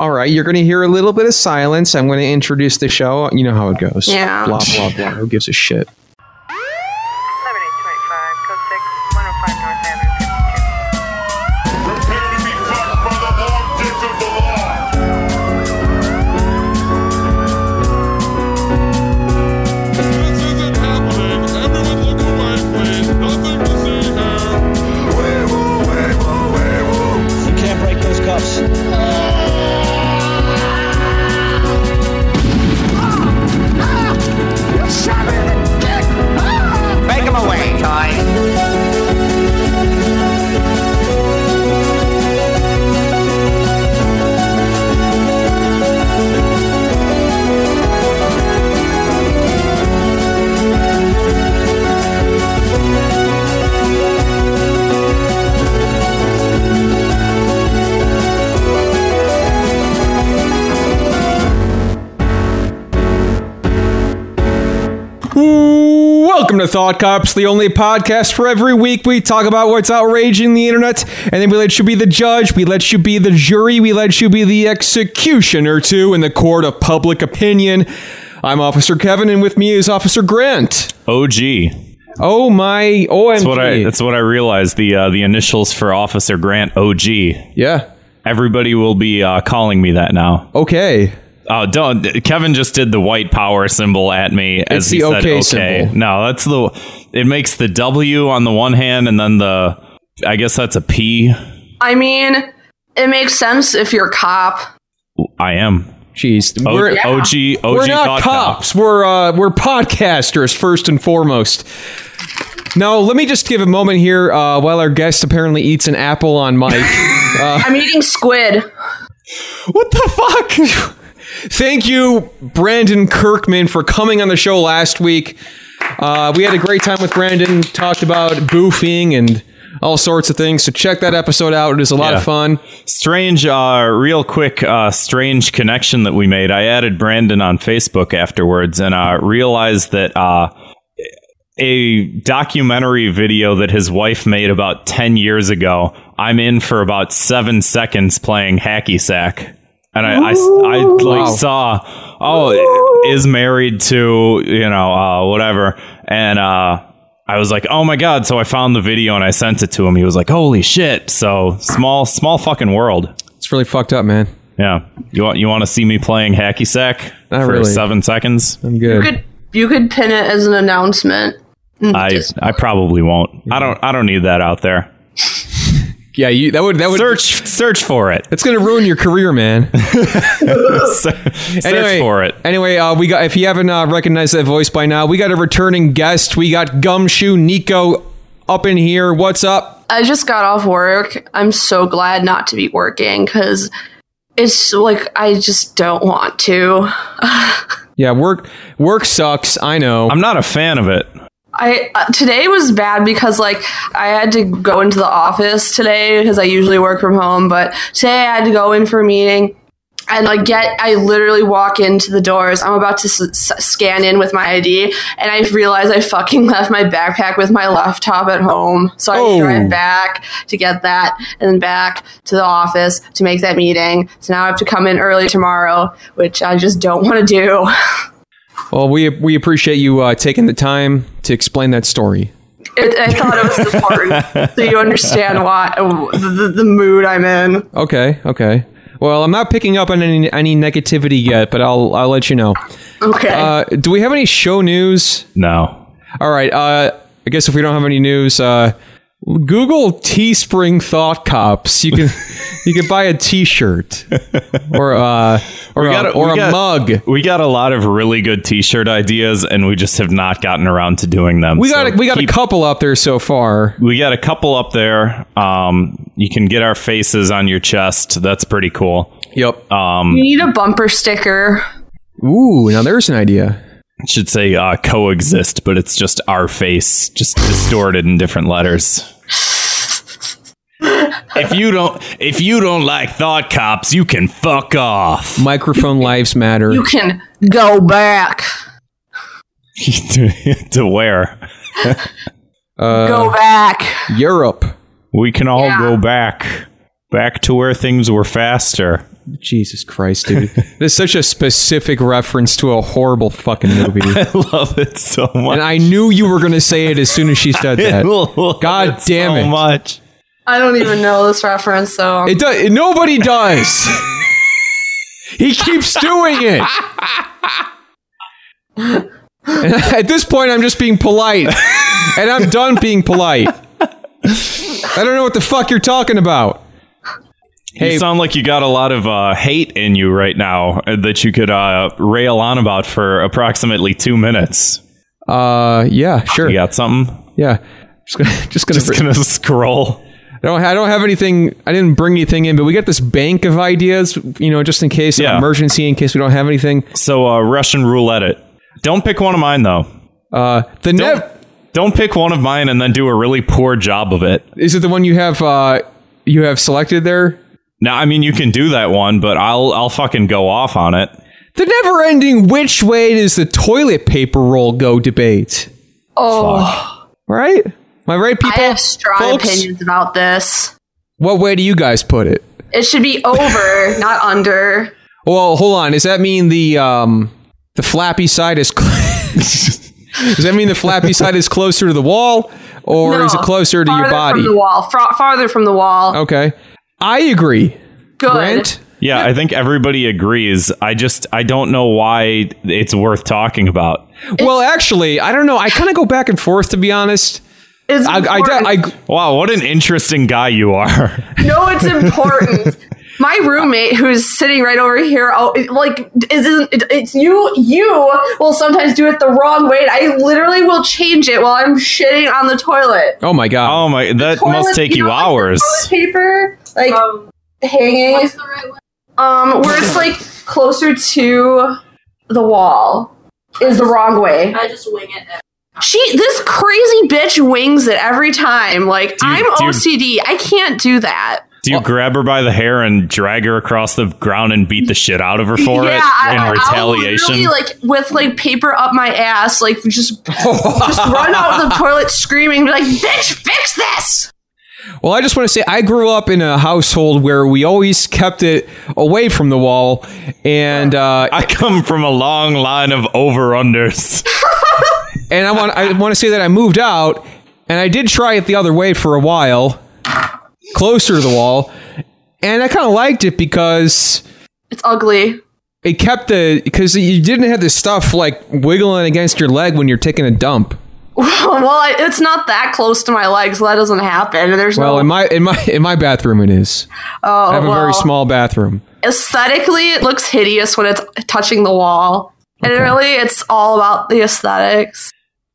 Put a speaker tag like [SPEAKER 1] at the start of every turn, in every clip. [SPEAKER 1] all right, you're going to hear a little bit of silence. I'm going to introduce the show. You know how it goes.
[SPEAKER 2] Yeah.
[SPEAKER 1] Blah, blah, blah. Who gives a shit?
[SPEAKER 3] Lemonade 25, code 6, 105 North Avenue, 52.
[SPEAKER 4] Prepare to be fucked by the long dick of the law. This isn't happening. Everyone look away, please. Nothing to see here. We will, we will, we will.
[SPEAKER 5] You can't break those cuffs.
[SPEAKER 6] Make him away, Ty.
[SPEAKER 1] Welcome to Thought Cops, the only podcast where every week we talk about what's outraging the internet, and then we let you be the judge, we let you be the jury, we let you be the executioner too in the court of public opinion. I'm Officer Kevin, and with me is Officer Grant.
[SPEAKER 7] OG.
[SPEAKER 1] Oh my OMG.
[SPEAKER 7] That's what I. That's what I realized. The uh, the initials for Officer Grant OG.
[SPEAKER 1] yeah.
[SPEAKER 7] Everybody will be uh, calling me that now.
[SPEAKER 1] Okay.
[SPEAKER 7] Oh, don't. Kevin just did the white power symbol at me as
[SPEAKER 1] It's
[SPEAKER 7] he
[SPEAKER 1] the
[SPEAKER 7] said
[SPEAKER 1] okay
[SPEAKER 7] okay.
[SPEAKER 1] symbol.
[SPEAKER 7] No, that's the. It makes the W on the one hand, and then the. I guess that's a P.
[SPEAKER 2] I mean, it makes sense if you're a cop.
[SPEAKER 7] I am.
[SPEAKER 1] Jeez.
[SPEAKER 7] O-
[SPEAKER 1] We're-
[SPEAKER 7] OG. OG.
[SPEAKER 1] we're
[SPEAKER 7] thought
[SPEAKER 1] not
[SPEAKER 7] cop.
[SPEAKER 1] cops. We're uh, we're podcasters first and foremost. Now, let me just give a moment here uh, while our guest apparently eats an apple on mic.
[SPEAKER 2] I'm eating squid.
[SPEAKER 1] what the fuck? Thank you, Brandon Kirkman, for coming on the show last week. Uh, we had a great time with Brandon. Talked about boofing and all sorts of things. So check that episode out. It was a lot of
[SPEAKER 7] Yeah.
[SPEAKER 1] fun.
[SPEAKER 7] Strange, uh, real quick, uh, strange connection that we made. I added Brandon on Facebook afterwards and uh, realized that uh, a documentary video that his wife made about 10 years ago, I'm in for about seven seconds playing Hacky Sack. And I, I s- I,
[SPEAKER 1] Wow.
[SPEAKER 7] like saw, oh, is married to, you know, uh, whatever. And, uh, I was like, oh my God. So I found the video and I sent it to him. He was like, holy shit. So small, small fucking world.
[SPEAKER 1] It's really fucked up, man.
[SPEAKER 7] Yeah. You want you want to see me playing hacky sack
[SPEAKER 1] Not
[SPEAKER 7] for
[SPEAKER 1] really.
[SPEAKER 7] seven seconds?
[SPEAKER 1] I'm good.
[SPEAKER 2] You could you could pin it as an announcement.
[SPEAKER 1] Hmm.
[SPEAKER 7] I I probably won't. I don't I don't need that out there.
[SPEAKER 1] Yeah, you, that would that would
[SPEAKER 7] Search search for it.
[SPEAKER 1] It's gonna ruin your career, man.
[SPEAKER 7] Se- search
[SPEAKER 1] anyway,
[SPEAKER 7] for it.
[SPEAKER 1] Anyway, uh, we got if you haven't uh, recognized that voice by now, we got a returning guest. We got Gumshoe Nico up in here. What's up?
[SPEAKER 2] I just got off work. I'm so glad not to be working because it's like I just don't want to.
[SPEAKER 1] Yeah, work work sucks. I know.
[SPEAKER 7] I'm not a fan of it.
[SPEAKER 2] I uh, today was bad because like I had to go into the office today because I usually work from home, but today I had to go in for a meeting. And like get, I literally walk into the doors. I'm about to s- s- scan in with my ID, and I realize I fucking left my backpack with my laptop at home. So I
[SPEAKER 1] Oh.
[SPEAKER 2] drive back to get that, and then back to the office to make that meeting. So now I have to come in early tomorrow, which I just don't want to do.
[SPEAKER 1] well, we we appreciate you uh, taking the time to explain that story.
[SPEAKER 2] It, I thought it was important, so you understand why the, the mood I'm in.
[SPEAKER 1] Okay, okay. Well, I'm not picking up on any any negativity yet, but I'll I'll let you know.
[SPEAKER 2] Okay,
[SPEAKER 1] Uh, do we have any show news?
[SPEAKER 7] No.
[SPEAKER 1] All right. Uh, I guess if we don't have any news, uh, Google Teespring Thought Cops. You can you can buy a T-shirt or uh, or
[SPEAKER 7] got
[SPEAKER 1] a,
[SPEAKER 7] a-
[SPEAKER 1] or
[SPEAKER 7] we
[SPEAKER 1] a
[SPEAKER 7] got-
[SPEAKER 1] mug.
[SPEAKER 7] We got a lot of really good t-shirt ideas and we just have not gotten around to doing them.
[SPEAKER 1] We
[SPEAKER 7] So
[SPEAKER 1] got a, we got
[SPEAKER 7] keep-
[SPEAKER 1] a couple up there so far.
[SPEAKER 7] we got a couple up there. Um, you can get our faces on your chest. That's pretty cool.
[SPEAKER 1] Yep.
[SPEAKER 7] Um,
[SPEAKER 2] you need a bumper sticker.
[SPEAKER 1] Uh, Ooh, now there's an idea.
[SPEAKER 7] It should say uh, coexist, but it's just our face, just distorted in different letters. if you don't, if you don't like thought cops, you can fuck off.
[SPEAKER 1] Microphone lives matter.
[SPEAKER 2] You can go back,
[SPEAKER 7] to, to where
[SPEAKER 1] Uh,
[SPEAKER 2] go back.
[SPEAKER 1] Europe.
[SPEAKER 7] we can all
[SPEAKER 2] Yeah.
[SPEAKER 7] go back. Back to where things were faster.
[SPEAKER 1] Jesus Christ, dude. this is such a specific reference to a horrible fucking movie.
[SPEAKER 7] I love it so much.
[SPEAKER 1] and I knew you were going to say it as soon as she said
[SPEAKER 7] I
[SPEAKER 1] that.
[SPEAKER 7] love
[SPEAKER 1] God
[SPEAKER 7] it
[SPEAKER 1] damn
[SPEAKER 7] so
[SPEAKER 1] it.
[SPEAKER 7] much.
[SPEAKER 2] I don't even know this reference, so
[SPEAKER 1] It does. Nobody does. he keeps doing it. And at this point, I'm just being polite, and I'm done being polite. I don't know what the fuck you're talking about. Hey,
[SPEAKER 7] You sound like you got a lot of uh, hate in you right now uh, that you could uh, rail on about for approximately two minutes.
[SPEAKER 1] uh, yeah, sure,
[SPEAKER 7] You
[SPEAKER 1] yeah.
[SPEAKER 7] got something?
[SPEAKER 1] Just gonna, just gonna.
[SPEAKER 7] Just gonna scroll.
[SPEAKER 1] I don't, I don't have anything. I didn't bring anything in, but we got this bank of ideas, you know, just in case an
[SPEAKER 7] Yeah.
[SPEAKER 1] emergency, in case we don't have anything.
[SPEAKER 7] So uh, Russian roulette it. Don't pick one of mine though.
[SPEAKER 1] Uh, the
[SPEAKER 7] Don't,
[SPEAKER 1] net
[SPEAKER 7] don't pick one of mine and then do a really poor job of it.
[SPEAKER 1] is it the one you have? Uh, you have selected there.
[SPEAKER 7] Now, I mean, you can do that one, but I'll I'll fucking go off on it.
[SPEAKER 1] The never ending which way does the toilet paper roll go debate.
[SPEAKER 2] oh,
[SPEAKER 1] Right? Am I right,
[SPEAKER 2] I
[SPEAKER 1] people?
[SPEAKER 2] have strong
[SPEAKER 1] Folks?
[SPEAKER 2] opinions about this.
[SPEAKER 1] What way do you guys put it?
[SPEAKER 2] It should be over, not under.
[SPEAKER 1] Well, hold on. Does that mean the um the flappy side is cl- Does that mean the flappy side is closer to the wall or is it
[SPEAKER 2] No,
[SPEAKER 1] closer to your
[SPEAKER 2] farther
[SPEAKER 1] body?
[SPEAKER 2] From the wall, Fra- farther from the wall.
[SPEAKER 1] Okay. I agree.
[SPEAKER 2] Good.
[SPEAKER 1] Brent?
[SPEAKER 7] Yeah, I think everybody agrees. I just I don't know why it's worth talking about.
[SPEAKER 1] Well, actually, I don't know. I kind of go back and forth to be honest.
[SPEAKER 2] It's
[SPEAKER 1] I I,
[SPEAKER 2] important.
[SPEAKER 1] I, I
[SPEAKER 7] Wow, what an interesting guy you are.
[SPEAKER 2] No, it's important. My roommate, who's sitting right over here, oh, it- like is isn't it, it's you. You will sometimes do it the wrong way. And I literally will change it while I'm shitting on the toilet.
[SPEAKER 1] Oh my god.
[SPEAKER 7] Oh my, that
[SPEAKER 2] Toilet-
[SPEAKER 7] must take you
[SPEAKER 2] know, like,
[SPEAKER 7] hours.
[SPEAKER 2] toilet paper, like
[SPEAKER 5] Um,
[SPEAKER 2] hanging,
[SPEAKER 5] what's the right way?
[SPEAKER 2] um, where it's like closer to the wall is the wrong way.
[SPEAKER 5] I just wing it.
[SPEAKER 2] She, this crazy bitch, wings it every time. Like
[SPEAKER 7] you-
[SPEAKER 2] I'm
[SPEAKER 7] do you-
[SPEAKER 2] OCD. I can't do that.
[SPEAKER 7] Do you grab her by the hair and drag her across the ground and beat the shit out of her for it in
[SPEAKER 2] I'll
[SPEAKER 7] retaliation?
[SPEAKER 2] literally, like with like paper up my ass, like just just run out of the toilet screaming, be like, "Bitch, fix this!"
[SPEAKER 1] Well, I just want to say I grew up in a household where we always kept it away from the wall, and uh,
[SPEAKER 7] I come from a long line of over unders.
[SPEAKER 1] and I want I want to say that I moved out, and I did try it the other way for a while, closer to the wall, and I kind of liked it because
[SPEAKER 2] It's ugly.
[SPEAKER 1] it kept the because you didn't have this stuff like wiggling against your leg when you're taking a dump.
[SPEAKER 2] well, I, it's not that close to my legs, so that doesn't happen. There's
[SPEAKER 1] Well,
[SPEAKER 2] no.
[SPEAKER 1] in my in my in my bathroom it is.
[SPEAKER 2] oh,
[SPEAKER 1] I have a very
[SPEAKER 2] well.
[SPEAKER 1] small bathroom.
[SPEAKER 2] Aesthetically, it looks hideous when it's touching the wall, and really, it's all about the aesthetics.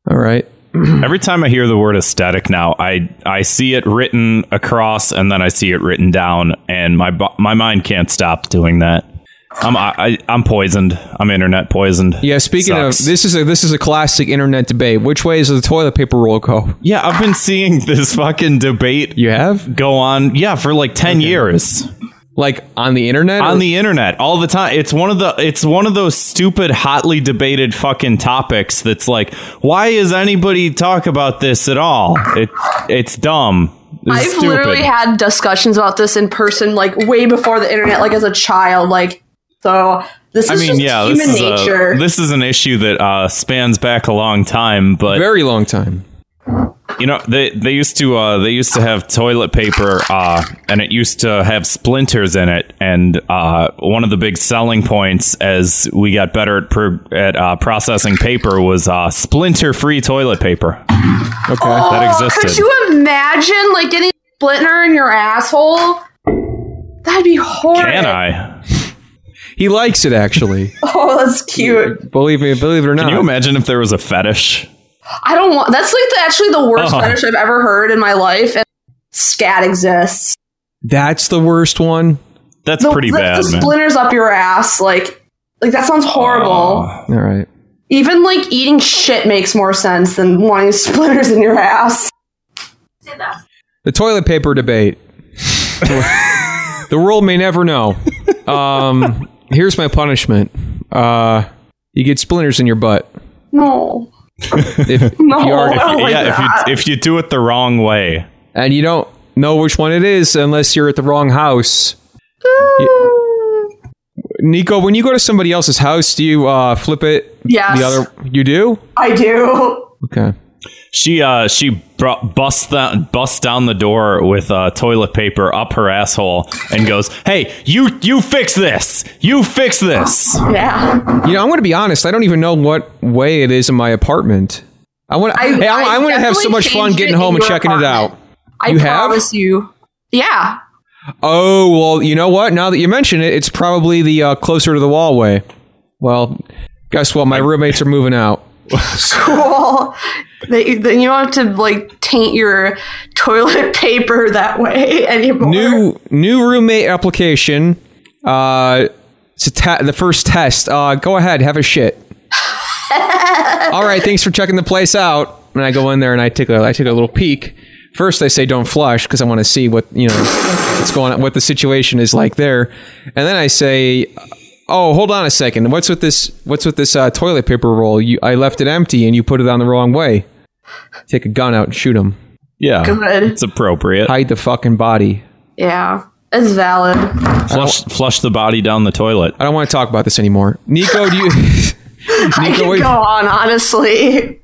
[SPEAKER 1] All right.
[SPEAKER 7] Every time I hear the word aesthetic now, I I see it written across and then I see it written down, and my bo- my mind can't stop doing that. I'm I, I, I'm poisoned. I'm internet poisoned.
[SPEAKER 1] Yeah. Speaking
[SPEAKER 7] Sucks.
[SPEAKER 1] of this is a this is a classic internet debate. Which way is the toilet paper roll go?
[SPEAKER 7] yeah, I've been seeing this fucking debate
[SPEAKER 1] You have?
[SPEAKER 7] go on. Yeah, for like ten years.
[SPEAKER 1] Like on the internet?
[SPEAKER 7] on the internet all the time. It's one of the it's one of those stupid hotly debated fucking topics that's like why is anybody talk about this at all? It it's dumb. It's
[SPEAKER 2] I've
[SPEAKER 7] stupid.
[SPEAKER 2] literally had discussions about this in person, like way before the internet, like as a child. Like, so this
[SPEAKER 7] I
[SPEAKER 2] is
[SPEAKER 7] mean,
[SPEAKER 2] just
[SPEAKER 7] yeah,
[SPEAKER 2] human
[SPEAKER 7] this is
[SPEAKER 2] nature.
[SPEAKER 7] a, this is an issue that uh, spans back a long time, but
[SPEAKER 1] very long time.
[SPEAKER 7] you know they they used to uh, they used to have toilet paper uh, and it used to have splinters in it and uh, one of the big selling points as we got better at pro- at uh, processing paper was uh, splinter free toilet paper
[SPEAKER 1] Okay.
[SPEAKER 7] that
[SPEAKER 2] Oh, Could
[SPEAKER 7] existed.
[SPEAKER 2] you imagine like getting a splinter in your asshole? That'd be horrible.
[SPEAKER 7] Can I?
[SPEAKER 1] He likes it actually.
[SPEAKER 2] Oh, that's cute.
[SPEAKER 1] believe me, believe it or not.
[SPEAKER 7] Can you imagine if there was a fetish?
[SPEAKER 2] I don't want. That's like the, actually the worst
[SPEAKER 7] Oh.
[SPEAKER 2] fetish I've ever heard in my life. And scat exists.
[SPEAKER 1] That's the worst one.
[SPEAKER 7] That's
[SPEAKER 2] The-
[SPEAKER 7] pretty
[SPEAKER 2] the,
[SPEAKER 7] bad,
[SPEAKER 2] The
[SPEAKER 7] man.
[SPEAKER 2] splinters up your ass, like, like that sounds horrible.
[SPEAKER 1] All right.
[SPEAKER 2] Even like eating shit makes more sense than wanting splinters in your ass.
[SPEAKER 5] Say that.
[SPEAKER 1] The toilet paper debate. the world may never know. Um, here's my punishment. Uh, you get splinters in your butt.
[SPEAKER 2] No.
[SPEAKER 1] If,
[SPEAKER 2] No.
[SPEAKER 1] you are-
[SPEAKER 2] I don't like
[SPEAKER 7] yeah,
[SPEAKER 2] that.
[SPEAKER 7] if you if you do it the wrong way,
[SPEAKER 1] and you don't know which one it is unless you're at the wrong house. You- Nico, when you go to somebody else's house, do you uh, flip it?
[SPEAKER 2] Yes.
[SPEAKER 1] The other, you do.
[SPEAKER 8] I do.
[SPEAKER 1] Okay.
[SPEAKER 7] She uh she br- busts that busts down the door with uh, toilet paper up her asshole and goes, "Hey, you you fix this. You fix this."
[SPEAKER 2] Yeah.
[SPEAKER 1] You know, I'm going to be honest. I don't even know what way it is in my apartment. I want.
[SPEAKER 2] I-
[SPEAKER 1] hey, I,
[SPEAKER 2] I
[SPEAKER 1] I want to have so
[SPEAKER 2] definitely
[SPEAKER 1] much fun
[SPEAKER 2] changed
[SPEAKER 1] getting
[SPEAKER 2] it in
[SPEAKER 1] home and
[SPEAKER 2] your
[SPEAKER 1] checking it out.
[SPEAKER 2] apartment. I
[SPEAKER 1] You have?
[SPEAKER 2] promise you. Yeah.
[SPEAKER 1] Oh well, you know what? Now that you mention it, it's probably the uh, closer to the wall way. Well, guess what? My roommates are moving out.
[SPEAKER 2] Cool. They, then you don't have to like taint your toilet paper that way anymore.
[SPEAKER 1] New new roommate application. Uh, it's a ta- the first test. Uh, go ahead, have a shit. All right, thanks for checking the place out. And I go in there and I take a I take a little peek. First, I say don't flush because I want to see what you know what's going on, what the situation is like there. And then I say, oh, hold on a second. What's with this? What's with this uh, toilet paper roll? You I left it empty and you put it on the wrong way. Take a gun out and shoot him.
[SPEAKER 7] Yeah.
[SPEAKER 2] Good.
[SPEAKER 7] It's appropriate.
[SPEAKER 1] Hide the fucking body.
[SPEAKER 2] Yeah. It's valid.
[SPEAKER 7] Flush flush the body down the toilet.
[SPEAKER 1] I don't want to talk about this anymore. Nico, do you?
[SPEAKER 2] I
[SPEAKER 1] Nico,
[SPEAKER 2] could
[SPEAKER 1] what-
[SPEAKER 2] go on, honestly.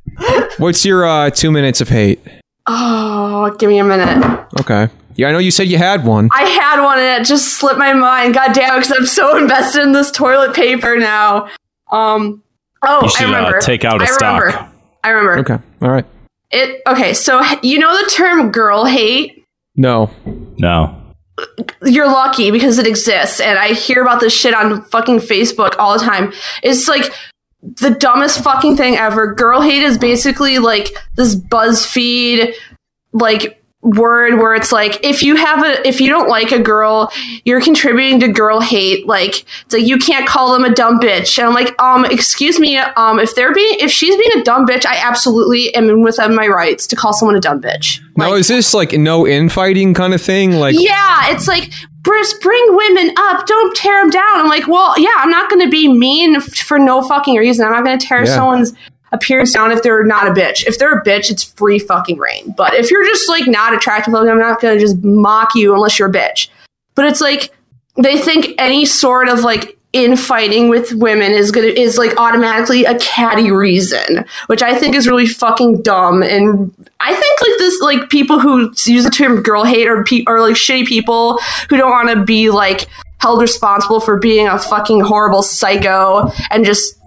[SPEAKER 1] what's your uh, two minutes of hate?
[SPEAKER 2] Oh, give me a minute.
[SPEAKER 1] Okay. Yeah, I know you said you had one.
[SPEAKER 2] I had one and it just slipped my mind. God damn it, because I'm so invested in this toilet paper now. Um. Oh,
[SPEAKER 7] You should
[SPEAKER 2] I remember.
[SPEAKER 7] uh, take out a
[SPEAKER 2] I
[SPEAKER 7] stock.
[SPEAKER 2] Remember. I remember.
[SPEAKER 1] Okay. All right.
[SPEAKER 2] It okay. So h- you know the term "girl hate."
[SPEAKER 1] No.
[SPEAKER 7] No.
[SPEAKER 2] You're lucky because it exists, and I hear about this shit on fucking Facebook all the time. It's like the dumbest fucking thing ever. Girl hate is basically like this BuzzFeed like word where it's like if you have a if you don't like a girl, you're contributing to girl hate. Like it's like you can't call them a dumb bitch. And I'm like, um, excuse me, um, if they're being if she's being a dumb bitch, I absolutely am within my rights to call someone a dumb bitch.
[SPEAKER 1] now is this like no infighting kind of thing? Like
[SPEAKER 2] Yeah, it's like Bruce, bring women up. Don't tear them down. I'm like, well, yeah, I'm not going to be mean f- for no fucking reason. I'm not going to tear
[SPEAKER 1] Yeah.
[SPEAKER 2] someone's appearance down if they're not a bitch. If they're a bitch, it's free fucking reign. But if you're just like not attractive, like, I'm not going to just mock you unless you're a bitch. But it's like they think any sort of like infighting with women is gonna is like automatically a catty reason, which I think is really fucking dumb. And I think like this like people who use the term girl hate are pe- are like shitty people who don't want to be like held responsible for being a fucking horrible psycho and just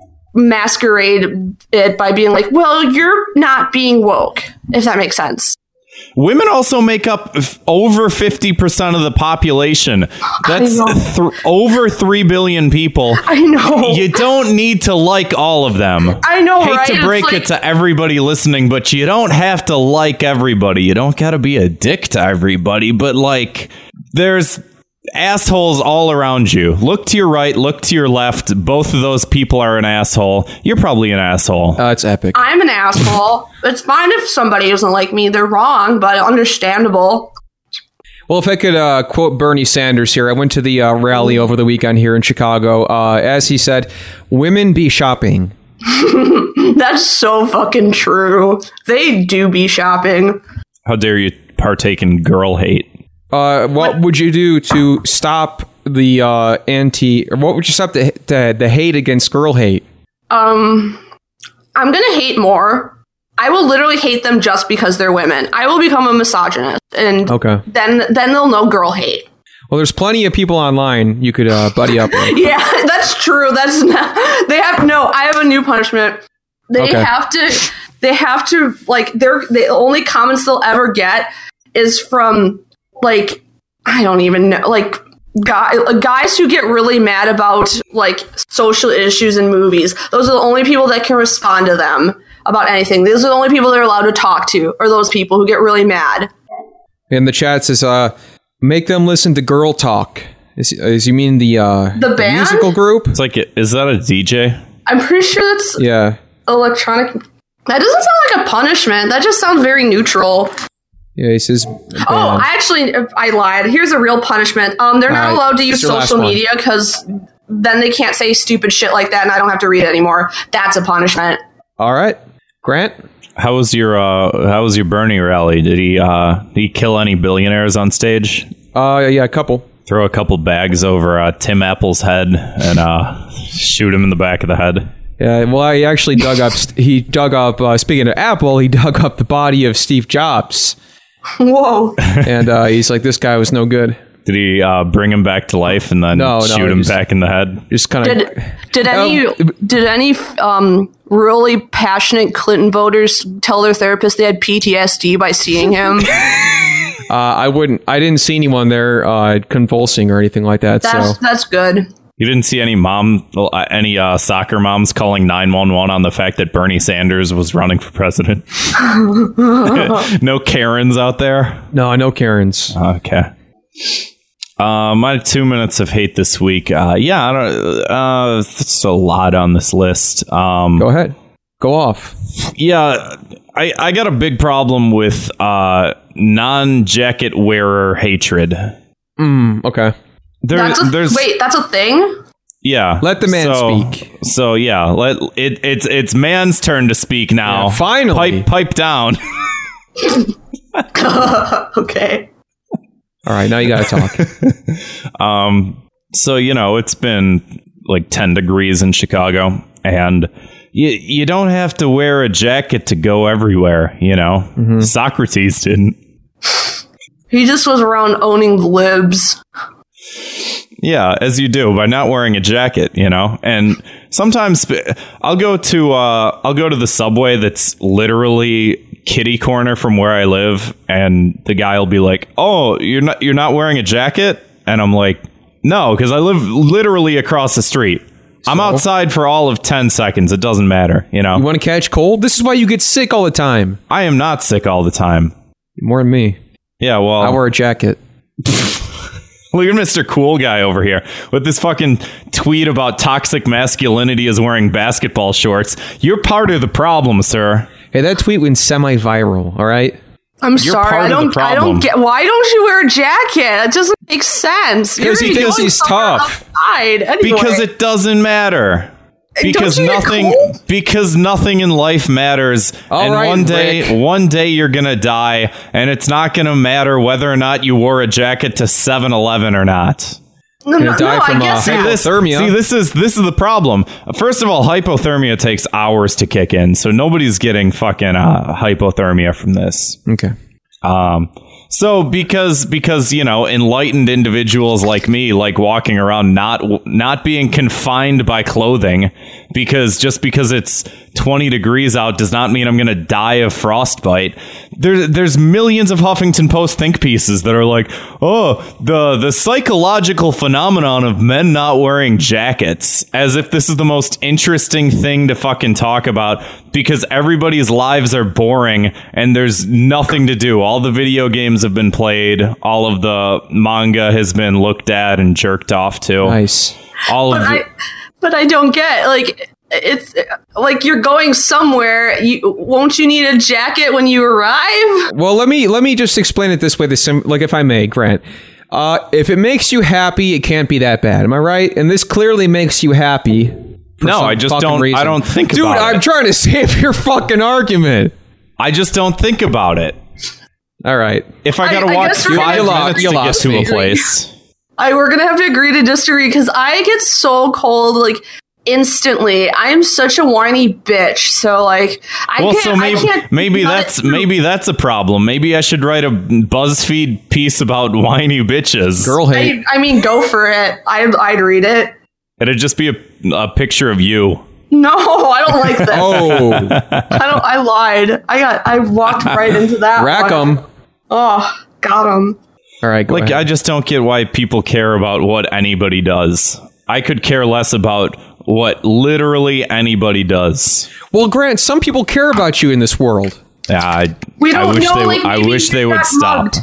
[SPEAKER 2] masquerade it by being like, well, you're not being woke, if that makes sense.
[SPEAKER 7] Women also make up f- over 50% of the population. That's th- over 3 billion people.
[SPEAKER 2] I know.
[SPEAKER 7] You don't need to like all of them.
[SPEAKER 2] I know,
[SPEAKER 7] Hate
[SPEAKER 2] right?
[SPEAKER 7] to
[SPEAKER 2] It's
[SPEAKER 7] break
[SPEAKER 2] like-
[SPEAKER 7] it to everybody listening, but you don't have to like everybody. You don't got to be a dick to everybody, but like there's assholes all around you. Look to your right, look to your left. Both of those people are an asshole. You're probably an asshole.
[SPEAKER 1] uh, it's epic.
[SPEAKER 2] I'm an asshole. it's fine if somebody doesn't like me. They're wrong, but understandable.
[SPEAKER 1] Well, if I could uh, quote Bernie Sanders here, I went to the uh, rally over the weekend here in Chicago. Uh, as he said, "Women be shopping."
[SPEAKER 2] That's so fucking true. They do be shopping.
[SPEAKER 7] How dare you partake in girl hate?
[SPEAKER 1] Uh, what, would you do to stop the uh, anti? Or what would you stop the, the the hate against girl hate?
[SPEAKER 2] Um, I'm gonna hate more. I will literally hate them just because they're women. I will become a misogynist, and
[SPEAKER 1] Okay.
[SPEAKER 2] then then they'll know girl hate.
[SPEAKER 1] Well, there's plenty of people online you could uh, buddy up with.
[SPEAKER 2] Yeah, that's true. That's not. They have no. I have a new punishment. They
[SPEAKER 1] Okay.
[SPEAKER 2] have to. They have to like. They're the only comments they'll ever get is from like I don't even know like guy, uh, guys who get really mad about like social issues in movies. Those are the only people that can respond to them about anything. Those are the only people they're allowed to talk to, are those people who get really mad.
[SPEAKER 1] In the chat says, uh, "Make them listen to girl talk." Is, is you mean the uh,
[SPEAKER 2] The band?
[SPEAKER 1] musical group?
[SPEAKER 7] It's like, is that a DJ?
[SPEAKER 2] I'm pretty sure that's
[SPEAKER 1] Yeah,
[SPEAKER 2] electronic. That doesn't sound like a punishment. That just sounds very neutral.
[SPEAKER 1] yeah. He says, Um,
[SPEAKER 2] Oh, I actually I lied. Here's a real punishment. Um, they're not
[SPEAKER 1] Alright,
[SPEAKER 2] allowed to use
[SPEAKER 1] it's your last
[SPEAKER 2] social
[SPEAKER 1] one.
[SPEAKER 2] media because then they can't say stupid shit like that, and I don't have to read it anymore. That's a punishment.
[SPEAKER 1] "All right, Grant."
[SPEAKER 7] How was your uh, How was your Bernie rally? Did he uh, did he kill any billionaires on stage?
[SPEAKER 1] Uh, yeah, a couple.
[SPEAKER 7] Throw a couple bags over uh, Tim Apple's head and uh, shoot him in the back of the head.
[SPEAKER 1] Yeah, well, he actually dug up. He dug up. Uh, speaking of Apple, he dug up the body of Steve Jobs,
[SPEAKER 2] Whoa.
[SPEAKER 1] and uh, he's like, "This guy was no good."
[SPEAKER 7] Did he uh, bring him back to life and then
[SPEAKER 1] No, no,
[SPEAKER 7] shoot him
[SPEAKER 1] just-
[SPEAKER 7] back in the head?
[SPEAKER 1] Just kind of.
[SPEAKER 2] Did did any
[SPEAKER 1] Um,
[SPEAKER 2] did any um, really passionate Clinton voters tell their therapist they had PTSD by seeing him?
[SPEAKER 1] Uh, I wouldn't. I didn't see anyone there uh, convulsing or anything like that.
[SPEAKER 2] That's
[SPEAKER 1] so
[SPEAKER 2] that's good.
[SPEAKER 7] You didn't see any mom, well, uh, any uh, soccer moms calling nine one one on the fact that Bernie Sanders was running for president. no Karens out there.
[SPEAKER 1] no, no Karens.
[SPEAKER 7] Okay. Uh, my two minutes of hate this week. Uh, yeah, I don't. Uh, it's a lot on this list. Um,
[SPEAKER 1] Go ahead, go off.
[SPEAKER 7] yeah, I I got a big problem with uh, non jacket wearer hatred.
[SPEAKER 1] Mm, okay.
[SPEAKER 7] There,
[SPEAKER 2] that's a,
[SPEAKER 7] there's
[SPEAKER 2] wait, that's a thing.
[SPEAKER 7] yeah.
[SPEAKER 1] Let the man
[SPEAKER 7] so,
[SPEAKER 1] speak.
[SPEAKER 7] So yeah, let it. It's it's man's turn to speak now.
[SPEAKER 1] Yeah, finally.
[SPEAKER 7] pipe pipe down.
[SPEAKER 2] Okay.
[SPEAKER 1] All right, now you got to talk.
[SPEAKER 7] Um, so you know, it's been like ten degrees in Chicago, and you you don't have to wear a jacket to go everywhere. You know,
[SPEAKER 1] Mm-hmm.
[SPEAKER 7] Socrates didn't.
[SPEAKER 2] He just was around owning libs.
[SPEAKER 7] Yeah, as you do by not wearing a jacket, you know. And sometimes I'll go to uh, I'll go to the subway that's literally kitty corner from where I live, and the guy will be like, "Oh, you're not you're not wearing a jacket," and I'm like, "No, because I live literally across the street. I'm outside for all of ten seconds. It doesn't matter, you know.
[SPEAKER 1] You want to catch cold? This is why you get sick all the time.
[SPEAKER 7] I am not sick all the time.
[SPEAKER 1] More than me.
[SPEAKER 7] Yeah, well,
[SPEAKER 1] I wear a jacket.
[SPEAKER 7] Look at Mr. Cool Guy over here with this fucking tweet about toxic masculinity is wearing basketball shorts. You're part of the problem, sir.
[SPEAKER 1] Hey, that tweet went semi-viral. All right.
[SPEAKER 2] I'm
[SPEAKER 7] part
[SPEAKER 2] sorry, I
[SPEAKER 7] of the
[SPEAKER 2] don't I
[SPEAKER 7] problem.
[SPEAKER 2] don't get why don't you wear a jacket? It doesn't make sense. You're
[SPEAKER 1] Because he
[SPEAKER 2] gonna be
[SPEAKER 1] thinks
[SPEAKER 2] going
[SPEAKER 1] he's
[SPEAKER 2] somewhere
[SPEAKER 1] tough.
[SPEAKER 2] Outside anyway.
[SPEAKER 7] Because it doesn't matter. Because
[SPEAKER 2] you get
[SPEAKER 7] nothing
[SPEAKER 2] cold?
[SPEAKER 7] because nothing in life matters.
[SPEAKER 1] All
[SPEAKER 7] and
[SPEAKER 1] right,
[SPEAKER 7] one day
[SPEAKER 1] Rick.
[SPEAKER 7] one day you're gonna die, and it's not gonna matter whether or not you wore a jacket to 7-Eleven or not.
[SPEAKER 2] no, no,
[SPEAKER 1] Gonna die
[SPEAKER 2] no,
[SPEAKER 1] from,
[SPEAKER 2] I
[SPEAKER 1] uh,
[SPEAKER 2] guess
[SPEAKER 1] hypo-
[SPEAKER 2] not.
[SPEAKER 7] this,
[SPEAKER 1] Hypothermia.
[SPEAKER 7] See, this is this is the problem. First of all, hypothermia takes hours to kick in, so nobody's getting fucking uh, hypothermia from this.
[SPEAKER 1] Okay.
[SPEAKER 7] Um, so because because you know enlightened individuals like me like walking around not not being confined by clothing because just because it's 20 degrees out does not mean I'm gonna die of frostbite. There there's millions of Huffington Post think pieces that are like oh the the psychological phenomenon of men not wearing jackets as if this is the most interesting thing to fucking talk about because everybody's lives are boring and there's nothing to do. All the video games have been played, all of the manga has been looked at and jerked off to.
[SPEAKER 1] Nice.
[SPEAKER 7] All of
[SPEAKER 2] but
[SPEAKER 7] the,
[SPEAKER 2] I, but I don't get like it's like you're going somewhere. You won't you need a jacket when you arrive?
[SPEAKER 1] Well, let me let me just explain it this way. This sim- like if I may, Grant. Uh, if it makes you happy, it can't be that bad. Am I right? And this clearly makes you happy. for
[SPEAKER 7] No,
[SPEAKER 1] some
[SPEAKER 7] I just
[SPEAKER 1] fucking
[SPEAKER 7] don't- I
[SPEAKER 1] reason.
[SPEAKER 7] don't think
[SPEAKER 1] Dude,
[SPEAKER 7] about
[SPEAKER 1] I'm
[SPEAKER 7] it.
[SPEAKER 1] trying to save your fucking argument.
[SPEAKER 7] I just don't think about it.
[SPEAKER 1] All right.
[SPEAKER 7] If I
[SPEAKER 2] I-
[SPEAKER 7] gotta
[SPEAKER 2] I
[SPEAKER 7] walk
[SPEAKER 2] guess we're gonna-
[SPEAKER 7] five
[SPEAKER 2] You
[SPEAKER 1] lost-
[SPEAKER 7] minutes
[SPEAKER 1] you
[SPEAKER 7] to get
[SPEAKER 1] lost
[SPEAKER 7] to
[SPEAKER 1] me.
[SPEAKER 7] a place,
[SPEAKER 2] I we're gonna have to agree to disagree because I get so cold like instantly. I am such a whiny bitch. So like I
[SPEAKER 7] well,
[SPEAKER 2] can't.
[SPEAKER 7] so
[SPEAKER 2] I
[SPEAKER 7] maybe
[SPEAKER 2] can't
[SPEAKER 7] maybe
[SPEAKER 2] not-
[SPEAKER 7] that's maybe that's a problem. Maybe I should write a BuzzFeed piece about whiny bitches.
[SPEAKER 1] Girl hate.
[SPEAKER 2] I, I mean, go for it. I, I'd read it.
[SPEAKER 7] It'd just be a, a picture of you.
[SPEAKER 2] No, I don't like this.
[SPEAKER 1] Oh,
[SPEAKER 2] I don't. I lied. I got. I walked right into that.
[SPEAKER 1] rack 'em.
[SPEAKER 2] one. Oh, got him.
[SPEAKER 1] All right. Go
[SPEAKER 7] Like,
[SPEAKER 1] ahead.
[SPEAKER 7] I just don't get why people care about what anybody does. I could care less about what literally anybody does.
[SPEAKER 1] well, Grant, some people care about you in this world.
[SPEAKER 7] Yeah, I,
[SPEAKER 2] We
[SPEAKER 7] I
[SPEAKER 2] don't
[SPEAKER 7] wish
[SPEAKER 2] know,
[SPEAKER 7] they,
[SPEAKER 2] like,
[SPEAKER 7] I
[SPEAKER 2] maybe
[SPEAKER 7] wish
[SPEAKER 2] you
[SPEAKER 7] they would
[SPEAKER 2] got
[SPEAKER 7] stop.
[SPEAKER 2] mugged.